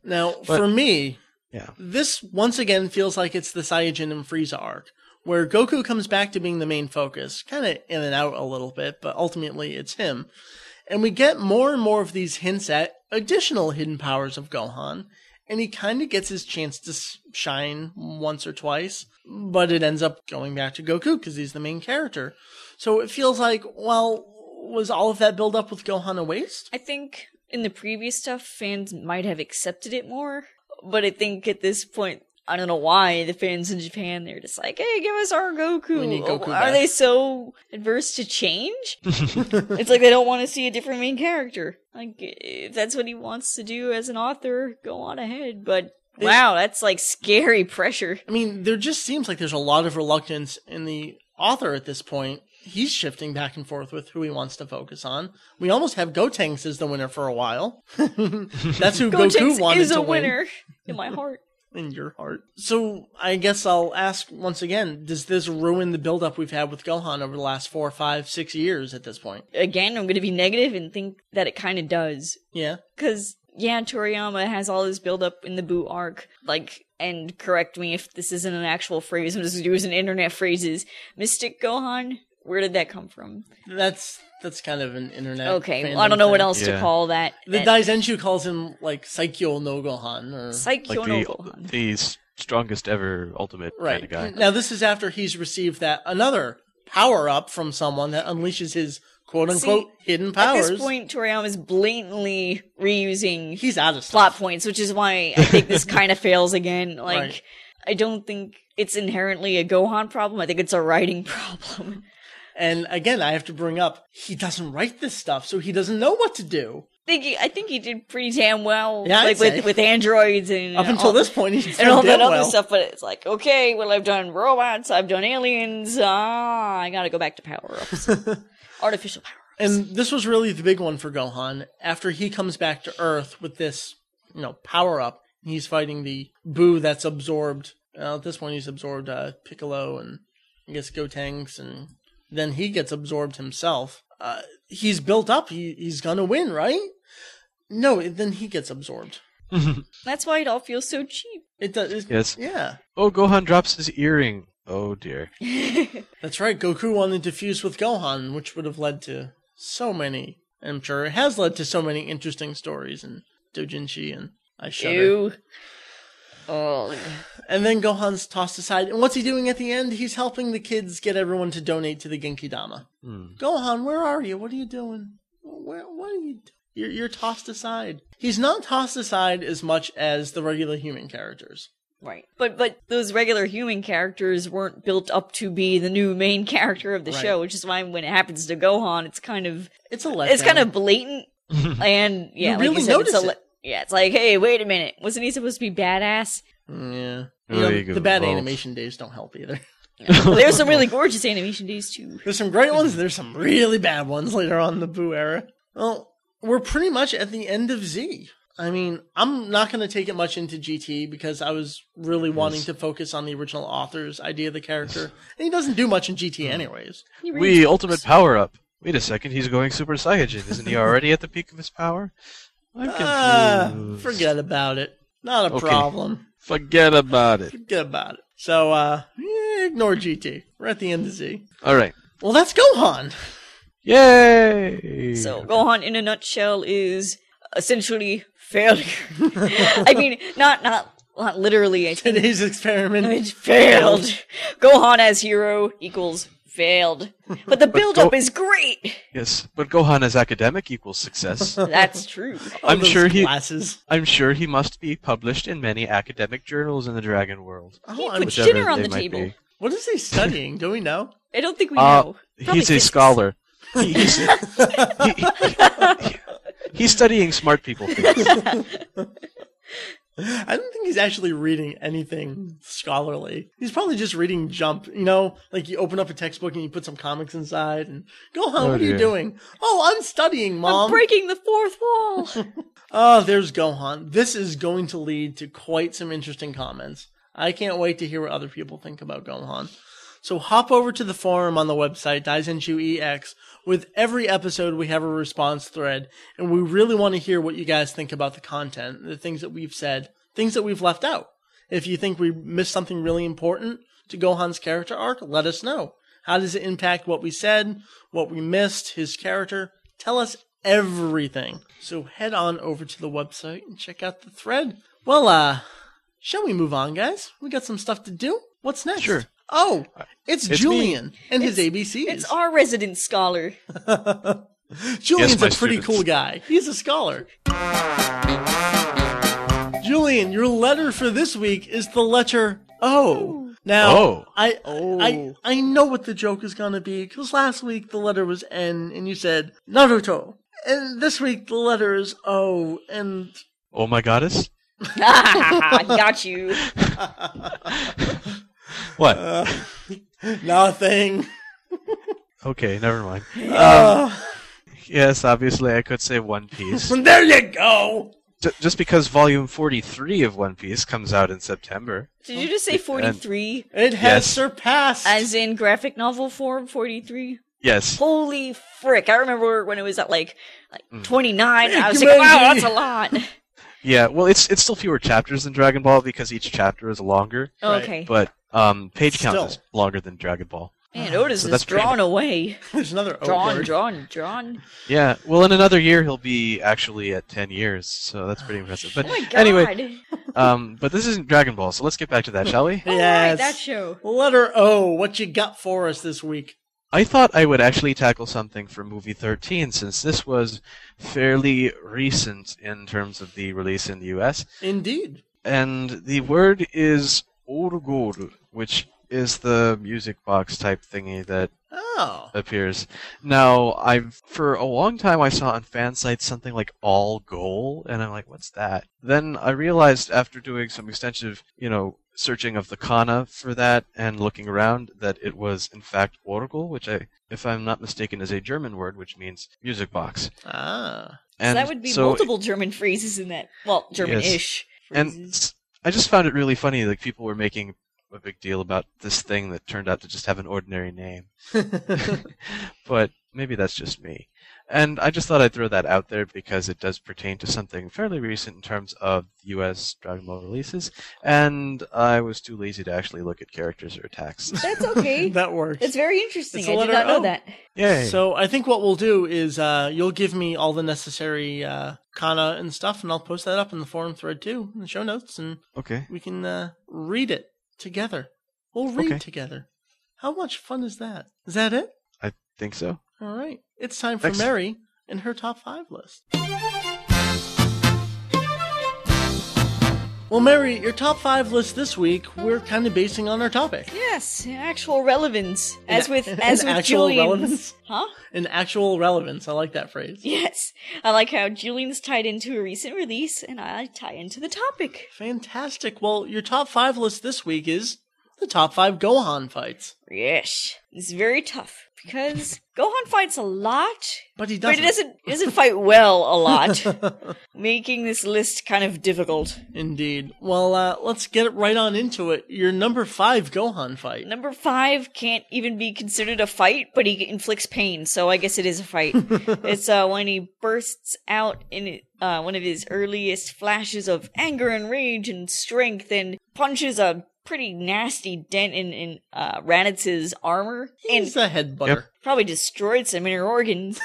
Now,
But-
for me,
Yeah.
this once again feels like it's the Saiyajin and Frieza arc, where Goku comes back to being the main focus, kind of in and out a little bit, but ultimately it's him. And we get more and more of these hints at additional hidden powers of Gohan, and he kind of gets his chance to s- shine once or twice, but it ends up going back to Goku because he's the main character. So it feels like, well, was all of that build up with Gohan a waste?
I think in the previous stuff, fans might have accepted it more. But I think at this point, I don't know why the fans in Japan they're just like, "Hey, give us our Goku."
We need
Oh,
Goku
Are
back.
they so adverse to change? it's like they don't want to see a different main character. Like if that's what he wants to do as an author, go on ahead. But
They-
wow, that's like scary pressure.
I mean, there just seems like there's a lot of reluctance in the author at this point. He's shifting back and forth with who he wants to focus on. We almost have Gotenks as the winner for a while. That's who Goku
Gotenks
wanted
is
to
a
win
winner in my heart.
in your heart. So I guess I'll ask once again: Does this ruin the buildup we've had with Gohan over the last four, five, six years at this point?
Again, I'm going to be negative and think that it kind of does.
Yeah,
Because, yeah, Toriyama has all this buildup in the Boo arc. Like, and correct me if this isn't an actual phrase, I'm just using internet phrases. Mystic Gohan? Where did that come from?
that's that's kind of an internet.
Okay, well,
fandom
I don't know what
thing.
else to
Yeah.
call that.
The
that
Daizenshu calls him like Saikyo no Gohan or
Psycho
like
no
the
Gohan.
the strongest ever ultimate kind
right
of guy.
now. This is after he's received that another power up from someone that unleashes his quote unquote hidden
At
powers.
this point, Toriyama's blatantly reusing
he's out of
plot
stuff.
points, which is why I think this kind of fails again. Like,
Right.
I don't think it's inherently a Gohan problem. I think it's a writing problem.
And again, I have to bring up he doesn't write this stuff, so he doesn't know what to do.
I think he, I think he did pretty damn well,
Yeah, I'd
like
say.
with with androids and uh,
Up until
all,
this point, he's
and all that other
well.
stuff. But it's like, okay, well, I've done robots, I've done aliens. Ah, I gotta go back to power ups, artificial power.
And this was really the big one for Gohan. After he comes back to Earth with this, you know, power up, he's fighting the Boo that's absorbed. Uh, at this point, he's absorbed uh, Piccolo and I guess Gotenks, and then he gets absorbed himself. Uh, he's built up. He he's gonna win, right? No, then he gets absorbed.
That's why it all feels so cheap.
It does. it's-
Yes.
Yeah,
Oh, Gohan drops his earring. Oh dear.
that's right. Goku wanted to fuse with Gohan, which would have led to so many. I'm sure it has led to so many interesting stories and Dojinshi and I shudder.
Ew. Oh,
And then Gohan's tossed aside. And what's he doing at the end? He's helping the kids get everyone to donate to the Genki Dama.
Hmm.
Gohan, where are you? What are you doing? Where, what are you doing? You're, you're tossed aside. He's not tossed aside as much as the regular human characters.
right. But but those regular human characters weren't built up to be the new main character of the
Right.
show, which is why when it happens to Gohan, it's kind of
It's a letdown.
it's kind
um,
of blatant and yeah, like
really
you said, it's a
notice
le-
it.
yeah, it's like, hey, wait a minute, wasn't he supposed to be badass?
Yeah.
Oh,
You know,
you go
the bad
both.
animation days don't help either.
Well, there's some really gorgeous animation days too.
There's some great ones, there's some really bad ones later on in the Boo era. Well, we're pretty much at the end of Z. I mean, I'm not going to take it much into GT because I was really wanting to focus on the original author's idea of the character. And he doesn't do much in
Mm.
GT, anyways.
He really-
We ultimate power up. Wait a second, he's going Super Saiyajin. Isn't he already at the peak of his power? I'm
Ah,
confused.
forget about it. Not a
Okay.
problem.
Forget about it.
Forget about it. So, uh, yeah, ignore GT. We're at the end of Z.
All right.
Well, that's Gohan.
Yay!
So Gohan, in a nutshell, is essentially failure. I mean, not not not literally. I think
Today's experiment.
it failed. Gohan as hero equals failed. But the build up
Go-
is great.
yes, but Gohan as academic equals success.
That's true.
All
I'm
those
sure he-
Classes.
I'm sure he must be published in many academic journals in the Dragon World.
Oh,
put
I'm,
Dinner
Whichever
on
they
the
might
table.
be.
what is he studying? Do we know?
I don't think we
Uh,
know. Probably
He's a
physics.
scholar. He's, he- he- he's studying smart people things.
I don't think he's actually reading anything scholarly. He's probably just reading Jump. You know, like you open up a textbook and you put some comics inside and go home.
Oh,
what are you
dear.
doing? Oh, I'm studying,
I'm
mom.
breaking the fourth wall.
Oh, there's Gohan. This is going to lead to quite some interesting comments. I can't wait to hear what other people think about Gohan. So hop over to the forum on the website, Daizenshu EX. With every episode, we have a response thread, and we really want to hear what you guys think about the content, the things that we've said, things that we've left out. If you think we missed something really important to Gohan's character arc, let us know. How does it impact what we said, what we missed, his character? Tell us everything. So head on over to the website and check out the thread. Well, uh, shall we move on, guys? We got some stuff to do. What's next?
Sure.
Oh, it's,
It's me.
Julian and his ABCs.
It's our resident scholar.
Julian's
my
a pretty
students.
cool guy. He's a scholar. Julian, your letter for this week is the letter O. Now,
Oh.
I,
Oh.
I I know what the joke is going to be because last week the letter was N and you said Naruto. And this week the letter is O and
Oh my goddess?
I got you.
What?
Uh,
nothing.
okay, never mind. Um,
Uh,
Yes, obviously I could say One Piece.
and there you go.
J- just because volume 43 of One Piece comes out in September.
Did you just say 43?
It has
Yes.
surpassed.
As in graphic novel form, 43?
Yes.
Holy frick. I remember when it was at like, like
Mm.
29, and I was
You
like, wow,
imagine-
that's a lot.
Yeah, well it's it's still fewer chapters than Dragon Ball because each chapter is longer,
Right.
okay.
but um page count
Still.
is longer than Dragon Ball.
Man, Otis
So
is
that's pretty
drawn away.
There's another O
Drawn,
Oh, word.
drawn, drawn.
Yeah, well in another year he'll be actually at 10 years, so that's pretty impressive. But
Oh my god.
anyway, um but this isn't Dragon Ball, so let's get back to that, shall we?
All right,
Yes.
Oh that show.
Letter O. What you got for us this week?
I thought I would actually tackle something from movie 13 since this was fairly recent in terms of the release in the US.
Indeed.
And the word is Orgor, which is the music box type thingy that
Oh.
appears. Now, I've for a long time I saw on fan sites something like all goal, and I'm like, what's that? Then I realized after doing some extensive, you know, searching of the kana for that and looking around that it was in fact Orgel, which I if I'm not mistaken is a German word which means music box.
Ah.
And
so that would be
so-
multiple German phrases in that. Well, German-ish.
and
phrases.
s- I just found it really funny like people were making a big deal about this thing that turned out to just have an ordinary name. but maybe that's just me. And I just thought I'd throw that out there because it does pertain to something fairly recent in terms of U.S. Dragon Ball releases, and I was too lazy to actually look at characters or attacks.
That's okay.
that works.
That's very interesting.
It's a
I did
letter
not
O.
know that.
Yay!
So I think what we'll do is uh, you'll give me all the necessary uh, kana and stuff, and I'll post that up in the forum thread too, in the show notes, and
okay,
we can uh, read it together. We'll read
Okay.
together. How much fun is that? Is that it?
I think so.
All right. It's time for
Excellent.
Mary and her top five list. Well, Mary, your top five list this week, we're kind of basing on our topic.
Yes, actual relevance. As
An-
with
an
as with
actual
Julian's.
relevance?
Huh?
An actual relevance. I like that phrase.
Yes. I like how Julian's tied into a recent release and I tie into the topic.
Fantastic. Well, your top five list this week is the top five Gohan fights.
Yes. It's very tough because Gohan fights a lot,
But he
but
doesn't.
he doesn't he doesn't fight well a lot, making this list kind of difficult.
Indeed. Well, uh, let's get right on into it. Your number five Gohan fight.
Number five can't even be considered a fight, but he inflicts pain, so I guess it is a fight. it's uh, when he bursts out in uh, one of his earliest flashes of anger and rage and strength and punches a pretty nasty dent in, in uh, Ranitz's armor and
He's a head butter.
probably destroyed some inner organs,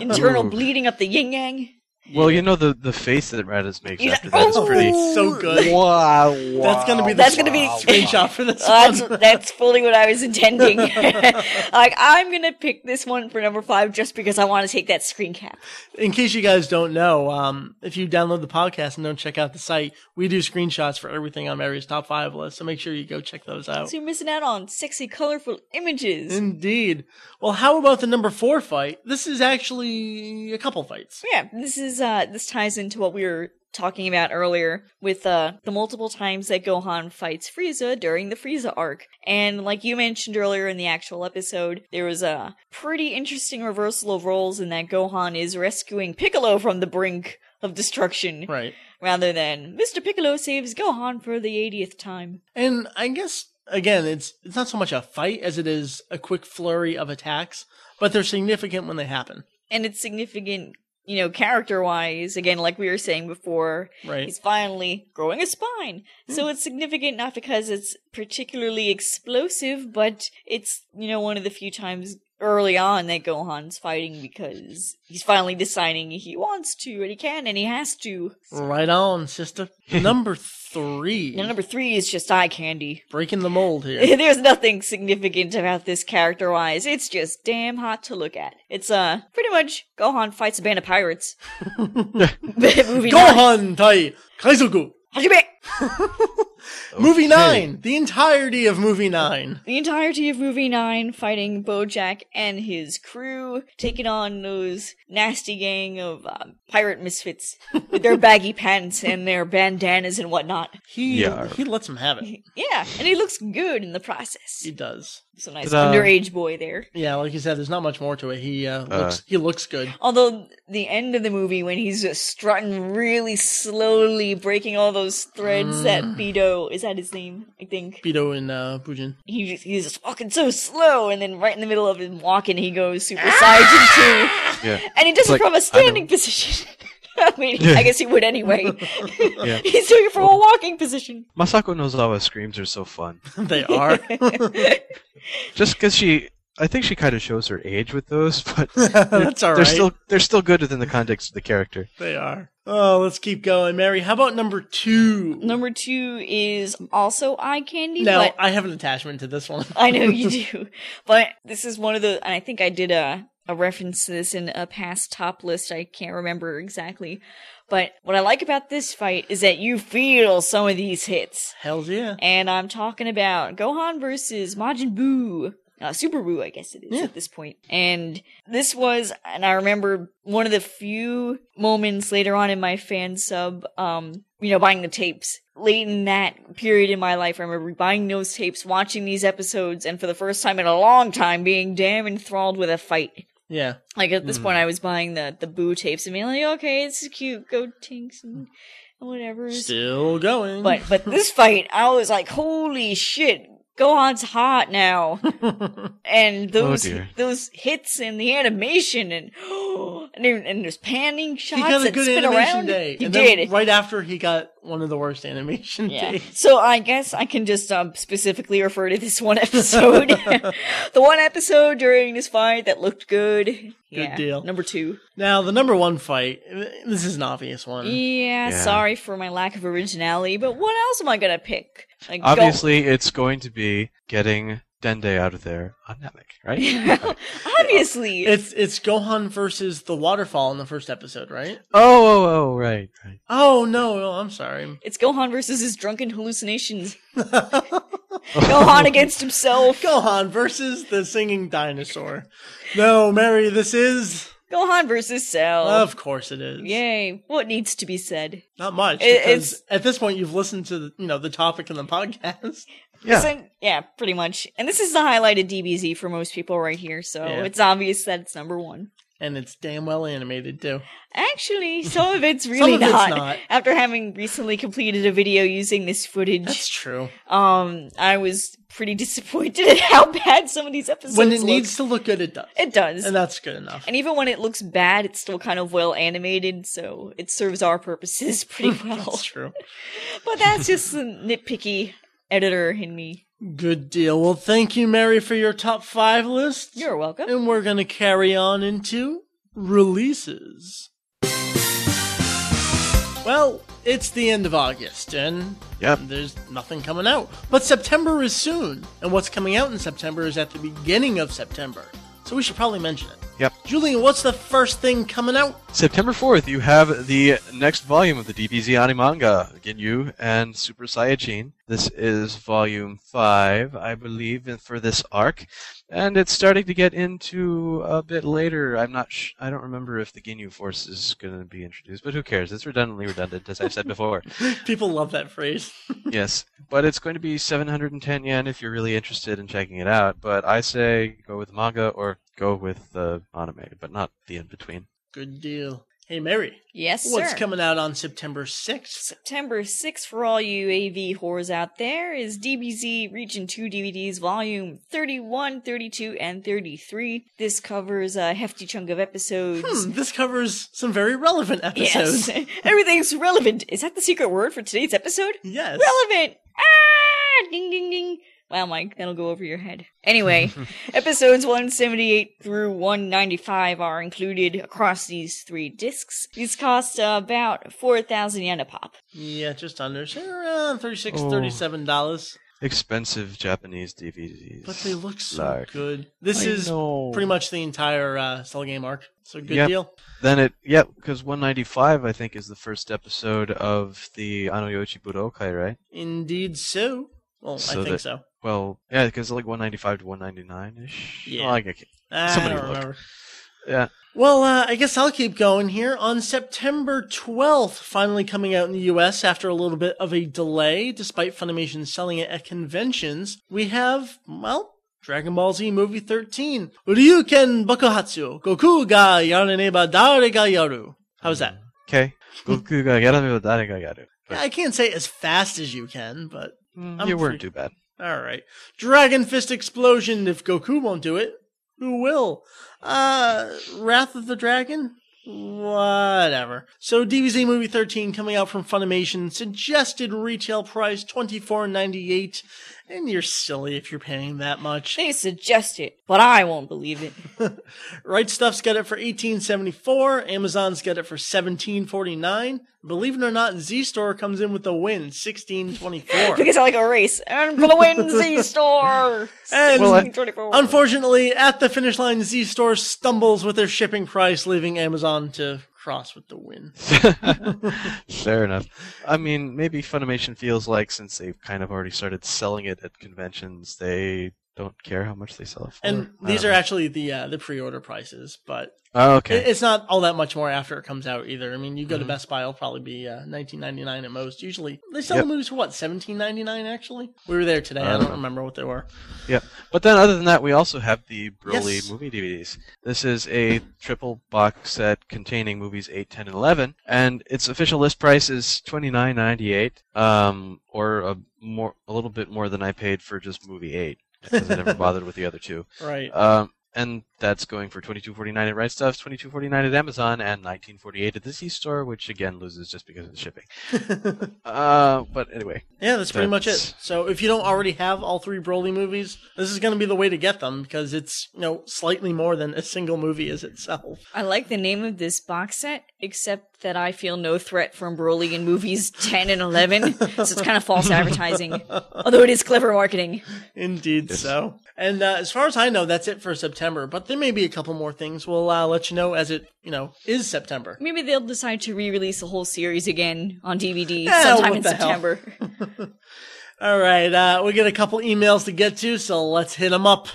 internal
Ooh.
bleeding up the yin yang.
Well, you know the the face that Raditz makes
He's
after
like,
that's pretty.
"Oh!"
So good.
Wow,
That's gonna be the
That's gonna be-
screenshot for this
Uh, that's
one.
that's fully what I was intending. like I'm gonna pick this one for number five just because I want to take that screen cap.
In case you guys don't know, um, if you download the podcast and don't check out the site, we do screenshots for everything on Mary's top five list. So make sure you go check those out.
So you're missing out on sexy, colorful images.
Mm. Indeed. Well, how about the number four fight? This is actually a couple fights.
yeah, this is uh this ties into what we were talking about earlier with uh the multiple times that Gohan fights Frieza during the Frieza arc. And like you mentioned earlier in the actual episode, there was a pretty interesting reversal of roles in that Gohan is rescuing Piccolo from the brink of destruction
Right.
rather than Mr. Piccolo saves Gohan for the 80th time.
And I guess again, it's it's not so much a fight as it is a quick flurry of attacks, but they're significant when they happen.
and it's significant you know character wise again like we were saying before
Right. Hmm.
he's finally growing a spine so it's significant not because it's particularly explosive but it's you know one of the few times early on that Gohan's fighting because he's finally deciding he wants to and he can and he has to.
Right on, sister. Number three.
Now, number three is just eye candy.
Breaking the mold here.
There's nothing significant about this character wise. It's just damn hot to look at. It's uh pretty much Gohan fights a band of pirates. Movie nine.
Gohan Tai Kaizoku.
Hajime!
Movie
Okay.
9. The entirety of Movie 9.
The entirety of movie nine fighting Bojack and his crew, taking on those nasty gang of um, pirate misfits with their baggy pants and their bandanas and whatnot.
He,
Yeah.
he lets him have it.
Yeah, and he looks good in the process.
He does.
It's a nice
Ta-da.
underage boy there.
Yeah, like you said, there's not much more to it. He uh,
Uh.
looks he looks good.
Although the end of the movie, when he's just strutting really slowly, breaking all those threads that Beto is that his name, I think.
Beto and uh, Bujin.
He just, he's just walking so slow, and then right in the middle of him walking, he goes Super Saiyan two.
Yeah.
And he does
It's
it
like,
from
I
a standing
know.
position. I mean, I guess he would anyway.
Yeah.
He's doing it from a walking position.
Masako Nozawa screams are so fun.
they are.
Just because she, I think she kind of shows her age with those, but
That's all
they're
right.
still they're still good within the context of the character.
They are. Oh, let's keep going, Mary. How about number two?
Number two is also eye candy,
no,
but
I have an attachment to this one.
I know you do. But this is one of the, and I think I did a, a reference to this in a past top list. I can't remember exactly. But what I like about this fight is that you feel some of these hits.
Hell's yeah.
And I'm talking about Gohan versus Majin Buu. Uh, Super Buu, I guess it is
Yeah.
at this point. And this was, and I remember one of the few moments later on in my fan sub, um, you know, buying the tapes. Late in that period in my life, I remember buying those tapes, watching these episodes, and for the first time in a long time, being damn enthralled with a fight.
Yeah.
Like at this
Mm.
point, I was buying the the Boo tapes and being like, "Okay, it's cute, go Tinks and whatever." It's
Still going.
but but this fight, I was like, holy shit, Gohan's hot now. and
Oh,
those
dear.
those hits and the animation and and, there- and there's panning
he
shots
got a
that
good
spin
animation
around.
day.
He
and then
did.
right after he got one of the worst animation
Yeah.
days.
So I guess I can just um, specifically refer to this one episode. the one episode during this fight that looked good. Good
deal.
Number two.
Now the number one fight. This is an obvious one.
Yeah,
Yeah.
sorry for my lack of originality, but what else am I gonna pick? Like, go-
Obviously, it's going to be getting Dende out of there on Namek, right?
Obviously.
It's it's Gohan versus the waterfall in the first episode, right?
oh, oh, oh, right, right.
Oh no, no I'm sorry.
It's Gohan versus his drunken hallucinations. Gohan against himself.
Gohan versus the singing dinosaur. No, Mary, this is
Gohan versus Cell.
of course it is.
Yay. What needs to be said?
Not much.
It-
because
it's-
at this point you've listened to the, you know the topic in the podcast.
Yeah,
Isn't- yeah, pretty much. And this is the highlighted DBZ for most people right here, so
Yeah.
it's obvious that it's number one.
And it's damn well animated too.
Actually, some of it's really
of it's
not.
not.
After having recently completed a video using this footage,
That's true.
um, I was pretty disappointed at how bad some of these episodes
when it
look.
needs to look good, it does.
it does.
and that's good enough.
And even when it looks bad, it's still kind of well animated, so it serves our purposes pretty well.
That's true.
but that's just the nitpicky editor in me.
Good deal. Well, thank you, Mary, for your top five list.
You're welcome.
and we're gonna carry on into releases. Well, it's the end of August, and
Yep.
there's nothing coming out. But September is soon, and what's coming out in September is at the beginning of September. So we should probably mention it.
Yep.
Julian, what's the first thing coming out?
September 4th, you have the next volume of the DBZ Animanga, Ginyu and Super Saiyajin. This is volume 5, I believe, and for this arc. And it's starting to get into a bit later. I'm not sh- I don't remember if the Ginyu force is going to be introduced, but who cares? It's redundantly redundant, as I've said before.
People love that phrase.
yes, but it's going to be 710 yen if you're really interested in checking it out. But I say go with manga or go with the anime, but not the in between.
Good deal. Hey, Mary,
Yes,
what's
sir.
coming out on September 6th?
September 6th for all you AV whores out there is DBZ Region 2 DVDs volume 31, 32, and 33. This covers a hefty chunk of episodes.
Hmm, this covers some very relevant episodes.
Yes. Everything's relevant. Is that the secret word for today's episode?
yes.
relevant. Ah, ding, ding, ding. Wow, Mike, that'll go over your head. Anyway, episodes 178 through 195 are included across these three discs. These cost uh, about 4,000 yen a pop.
Yeah, just under. So around $36,
Oh.
$37.
Expensive Japanese DVDs.
But they look so
Lark.
good. This
I
is
know.
pretty much the entire uh, Cell Game arc. So good
Yep.
deal.
Then it, yeah, because 195, I think, is the first episode of the Anoyochi Budokai, right?
Indeed so. Well, I
So
think
that-
so.
Well, yeah, because like 195 to 199 ish.
Yeah.
Well, I get-
Ah, I
Somebody
don't
look.
remember.
yeah.
Well, uh, I guess I'll keep going here. On September 12th, finally coming out in the US after a little bit of a delay, despite Funimation selling it at conventions, we have, well, Dragon Ball Z Movie 13. Ryuken Bakuhatsu, Goku ga yaraneba dare ga yaru. How's that?
Okay. Goku ga yaru, dare ga yaru. But-
I can't say it as fast as you can, but
Mm,
I'm
you weren't
free-
too bad.
All right. Dragon Fist Explosion. If Goku won't do it, who will? Uh, Wrath of the Dragon? Whatever. So DBZ Movie 13 coming out from Funimation, suggested retail price twenty four ninety eight, and you're silly if you're paying that much.
They suggest it, but I won't believe it.
Right Stuff's got it for eighteen seventy four. Amazon's got it for seventeen forty nine. Believe it or not, Z Store comes in with a win, sixteen twenty four.
because I like a race. And for the win, Z Store!
And-
Well, I-
1624.
Unfortunately, at the finish line, Z Store stumbles with their shipping price, leaving Amazon to cross with the win.
Fair enough. I mean, maybe Funimation feels like since they've kind of already started selling it at conventions, they don't care how much they sell it for.
And
I
these
don't
are
know.
actually the uh, the pre order prices, but
oh,
i-
okay.
it's not all that much more after it comes out either. I mean, you go to
Mhm.
Best Buy, it'll probably be uh, nineteen ninety nine at most. Usually, they sell
Yep.
the movies for what seventeen ninety nine. Actually, we were there today.
I
I
don't
don't
know.
remember what they were.
But then, other than that, we also have the Broly
Yes.
movie DVDs. This is a triple box set containing movies 8, 10, and 11, and its official list price is twenty nine ninety eight, um, or a more a little bit more than I paid for just movie 8 because I never bothered with the other two.
Right.
Um, and that's going for twenty two forty nine at Right Stuffs, twenty two forty nine at Amazon, and nineteen forty eight at the C store, which again loses just because of the shipping. Uh, but anyway,
Yeah, that's pretty much it.
That's-
So if you don't already have all three Broly movies, this is going to be the way to get them because it's you know slightly more than a single movie is itself.
I like the name of this box set, except that I feel no threat from Broly in movies 10 and 11, so it's kind of false advertising. Although it is clever marketing.
Indeed, so. And uh, as far as I know, that's it for September. But there may be a couple more things. We'll uh, let you know as it, you know, is September.
Maybe they'll decide to re-release the whole series again on DVD
Yeah,
sometime
what
in
the hell?
September.
All right, uh, we got a couple emails to get to, so let's hit them up.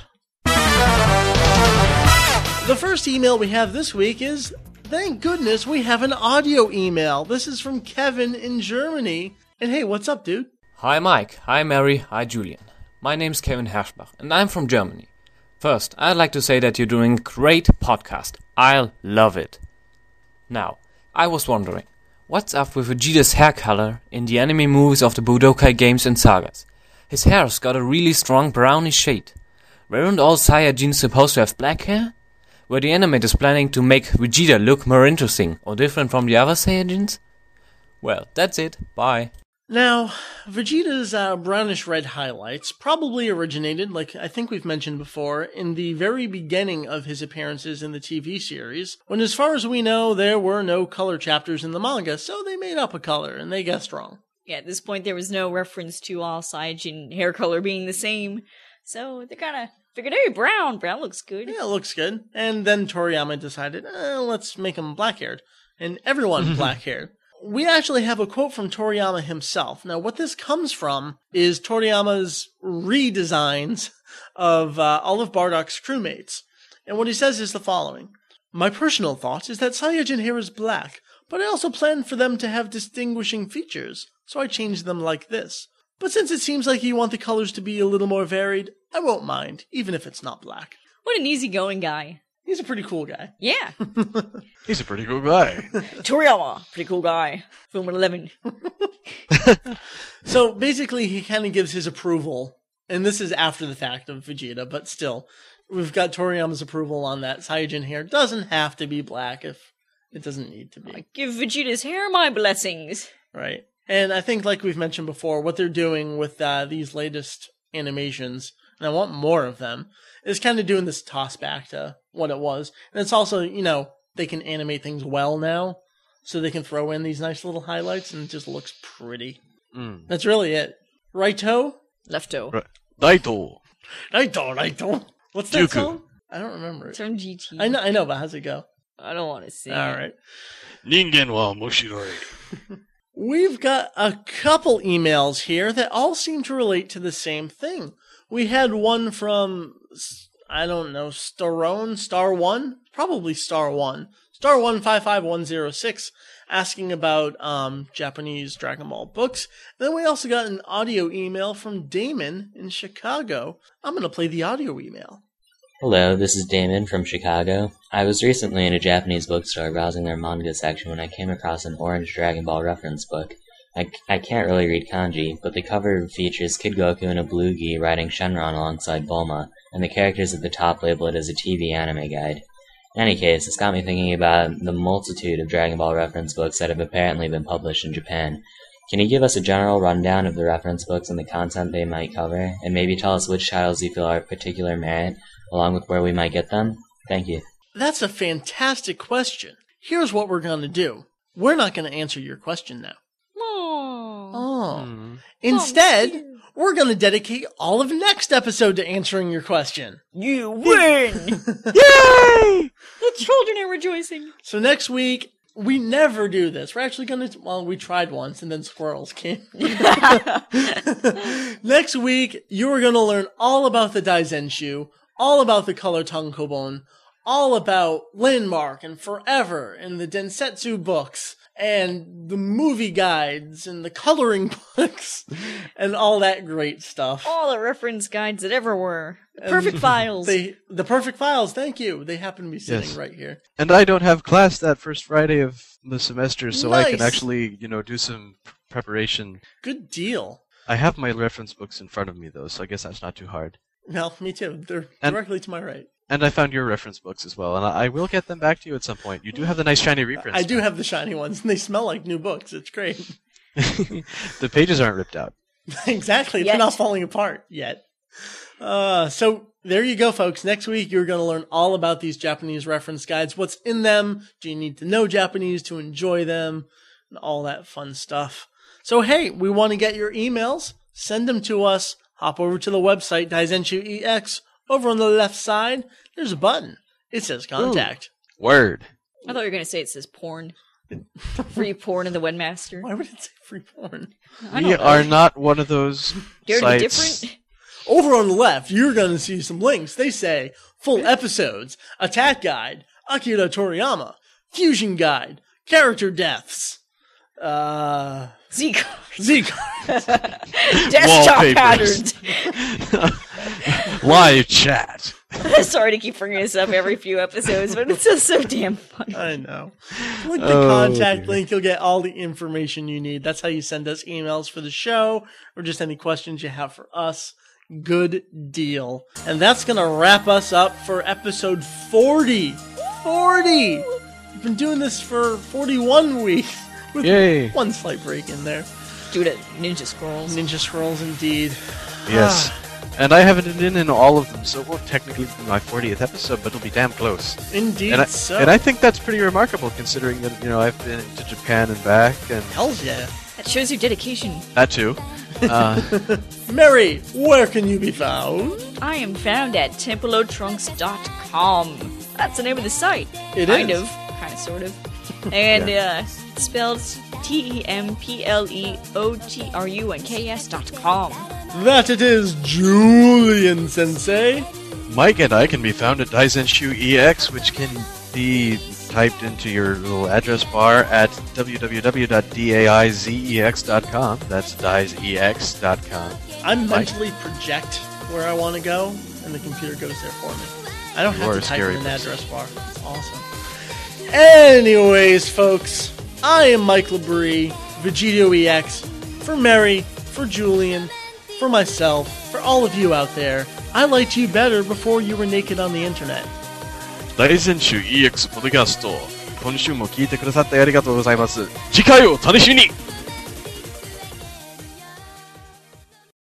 The first email we have this week is thank goodness we have an audio email. This is from Kevin in Germany. And hey, what's up, dude?
Hi Mike, hi Mary, hi Julian. My name's Kevin Herschbach and I'm from Germany. First, I'd like to say that you're doing a great podcast. I'll love it. Now, I was wondering, what's up with Vegeta's hair color in the anime movies of the Budokai games and sagas? His hair's got a really strong brownish shade. Weren't all Saiyajins supposed to have black hair? Were the animators planning to make Vegeta look more interesting or different from the other Saiyajins? Well, that's it. Bye.
Now, Vegeta's uh, brownish red highlights probably originated, like I think we've mentioned before, in the very beginning of his appearances in the TV series, when as far as we know, there were no color chapters in the manga, so they made up a color and they guessed wrong.
yeah, at this point there was no reference to all Saiyajin hair color being the same, so they kind of figured, hey, brown, brown looks good.
Yeah, it looks good. And then Toriyama decided, eh, let's make him black haired. And everyone black haired. We actually have a quote from Toriyama himself. Now, what this comes from is Toriyama's redesigns of uh, all of Bardock's crewmates. And what he says is the following My personal thought is that Saiyajin hair is black, but I also planned for them to have distinguishing features, so I changed them like this. But since it seems like you want the colors to be a little more varied, I won't mind, even if it's not black.
What an easygoing guy.
He's a pretty cool guy.
Yeah,
he's a pretty cool guy.
Toriyama, pretty cool guy. Film at 11.
So basically, he kind of gives his approval, and this is after the fact of Vegeta, but still, we've got Toriyama's approval on that. Saiyajin hair doesn't have to be black if it doesn't need to be,
Give Vegeta's hair my blessings.
right? And I think, like we've mentioned before, what they're doing with uh, these latest animations, and I want more of them. It's kind of doing this toss back to what it was, and it's also you know they can animate things well now, so they can throw in these nice little highlights, and it just looks pretty.
Mm.
That's really it. Righto,
Lefto.
Right. Naito.
righto, righto. What's that
Dooku.
song? I don't remember
It's
it.
from GT.
I know, I know, but how's it go?
I don't want to see.
All right.
Ningen wa moshiroi.
We've got a couple emails here that all seem to relate to the same thing. We had one from, S- I don't know, Starone, Star One? Probably Star One. Star 155106 asking about um, Japanese Dragon Ball books. Then we also got an audio email from Damon in Chicago. I'm going to play the audio email.
Hello, this is Damon from Chicago. I was recently in a Japanese bookstore browsing their manga section when I came across an orange Dragon Ball reference book. I, c- I can't really read kanji, but the cover features Kid Goku in a blue gi riding Shenron alongside Bulma, and the characters at the top label it as a TV anime guide. In any case, this got me thinking about the multitude of Dragon Ball reference books that have apparently been published in Japan. Can you give us a general rundown of the reference books and the content they might cover, and maybe tell us which titles you feel are of particular merit? along with where we might get them? Thank you.
That's a fantastic question. Here's what we're going to do we're not going to answer your question now.
Oh.
Oh.
Mm.
Instead, we're going to dedicate all of next episode to answering your question.
You win!
Yay!
the children are rejoicing.
So next week, we never do this. We're actually going to, well, we tried once and then squirrels came. next week, you are going to learn all about the Daizenshu, all about the color Tankobon, all about Landmark and Forever and the Densetsu books and the movie guides and the coloring books and all that great stuff.
All the reference guides that ever were. The perfect files.
They, the perfect files. Thank you. They happen to be sitting
Yes.
right here.
And I don't have class that first Friday of the semester, so I can
Nice.
actually, you know, do some p- preparation.
Good deal.
I have my reference books in front of me, though, so I guess that's not too hard.
Well, me too. They're
And-
directly to my right.
And I found your reference books as well, and I I will get them back to you at some point. You do have the nice shiny reprints.
I do have the shiny ones, and they smell like new books. It's great.
the pages aren't ripped out.
exactly.
Yet.
They're not falling apart yet. Uh, so there you go, folks. Next week, you're going to learn all about these Japanese reference guides. What's in them? Do you need to know Japanese to enjoy them? And all that fun stuff. So, hey, we want to get your emails. Send them to us. Hop over to the website, Daizenshu EX. Over on the left side, there's a button. It says contact.
Word.
I thought you were going to say it says porn. Free porn in the webmaster.
Why would it say free porn?
I
We
don't know.
are not one of those
They're
sites.
different.
Over on the left, you're going to see some links. They say full episodes, attack guide, Akira Toriyama, fusion guide, character deaths, uh,
Zeke.
Z
Desktop patterns.
Wallpapers. Live chat.
Sorry to keep bringing this up every few episodes, but it's just so damn funny.
I know. Click the
Oh,
contact
dear.
link. You'll get all the information you need. That's how you send us emails for the show or just any questions you have for us. Good deal. And that's going to wrap us up for episode 40. 40! We've been doing this for 41 weeks with
Yay.
one slight break in there.
Due to Ninja Scrolls.
Ninja Scrolls, indeed.
Ah.
Yes. And I haven't been in all of them, so it won't technically be my 40th episode, but it'll be damn close.
Indeed,
And I,
so.
and I think that's pretty remarkable considering that, you know, I've been to Japan and back, and
Hell yeah.
That shows your dedication.
that too. Uh,
Mary, where can you be found?
I am found at tempelotrunks.com. That's the name of the site.
It
kind
is.
of, kind of, sort of. And uh, it's spelled T E M P L E O T R U N K S dot com.
That it is Julian Sensei.
Mike and I can be found at Daizenshu EX, which can be typed into your little address bar at www.daizex.com. That's daizex.com.
I'm
Mike?
mentally project where I want to go, and the computer goes there for me. I don't
You
have
are
to
a
type
scary
in an
person.
address bar. It's awesome. Anyways, folks, I am Mike Labrie, Vegito EX, for Mary, for Julian, for myself, for all of you out there. I liked you better before you were naked on the internet.
大全集 EX ポッドキャスト今週も聞いてくださってありがとうございます次回をお楽しみに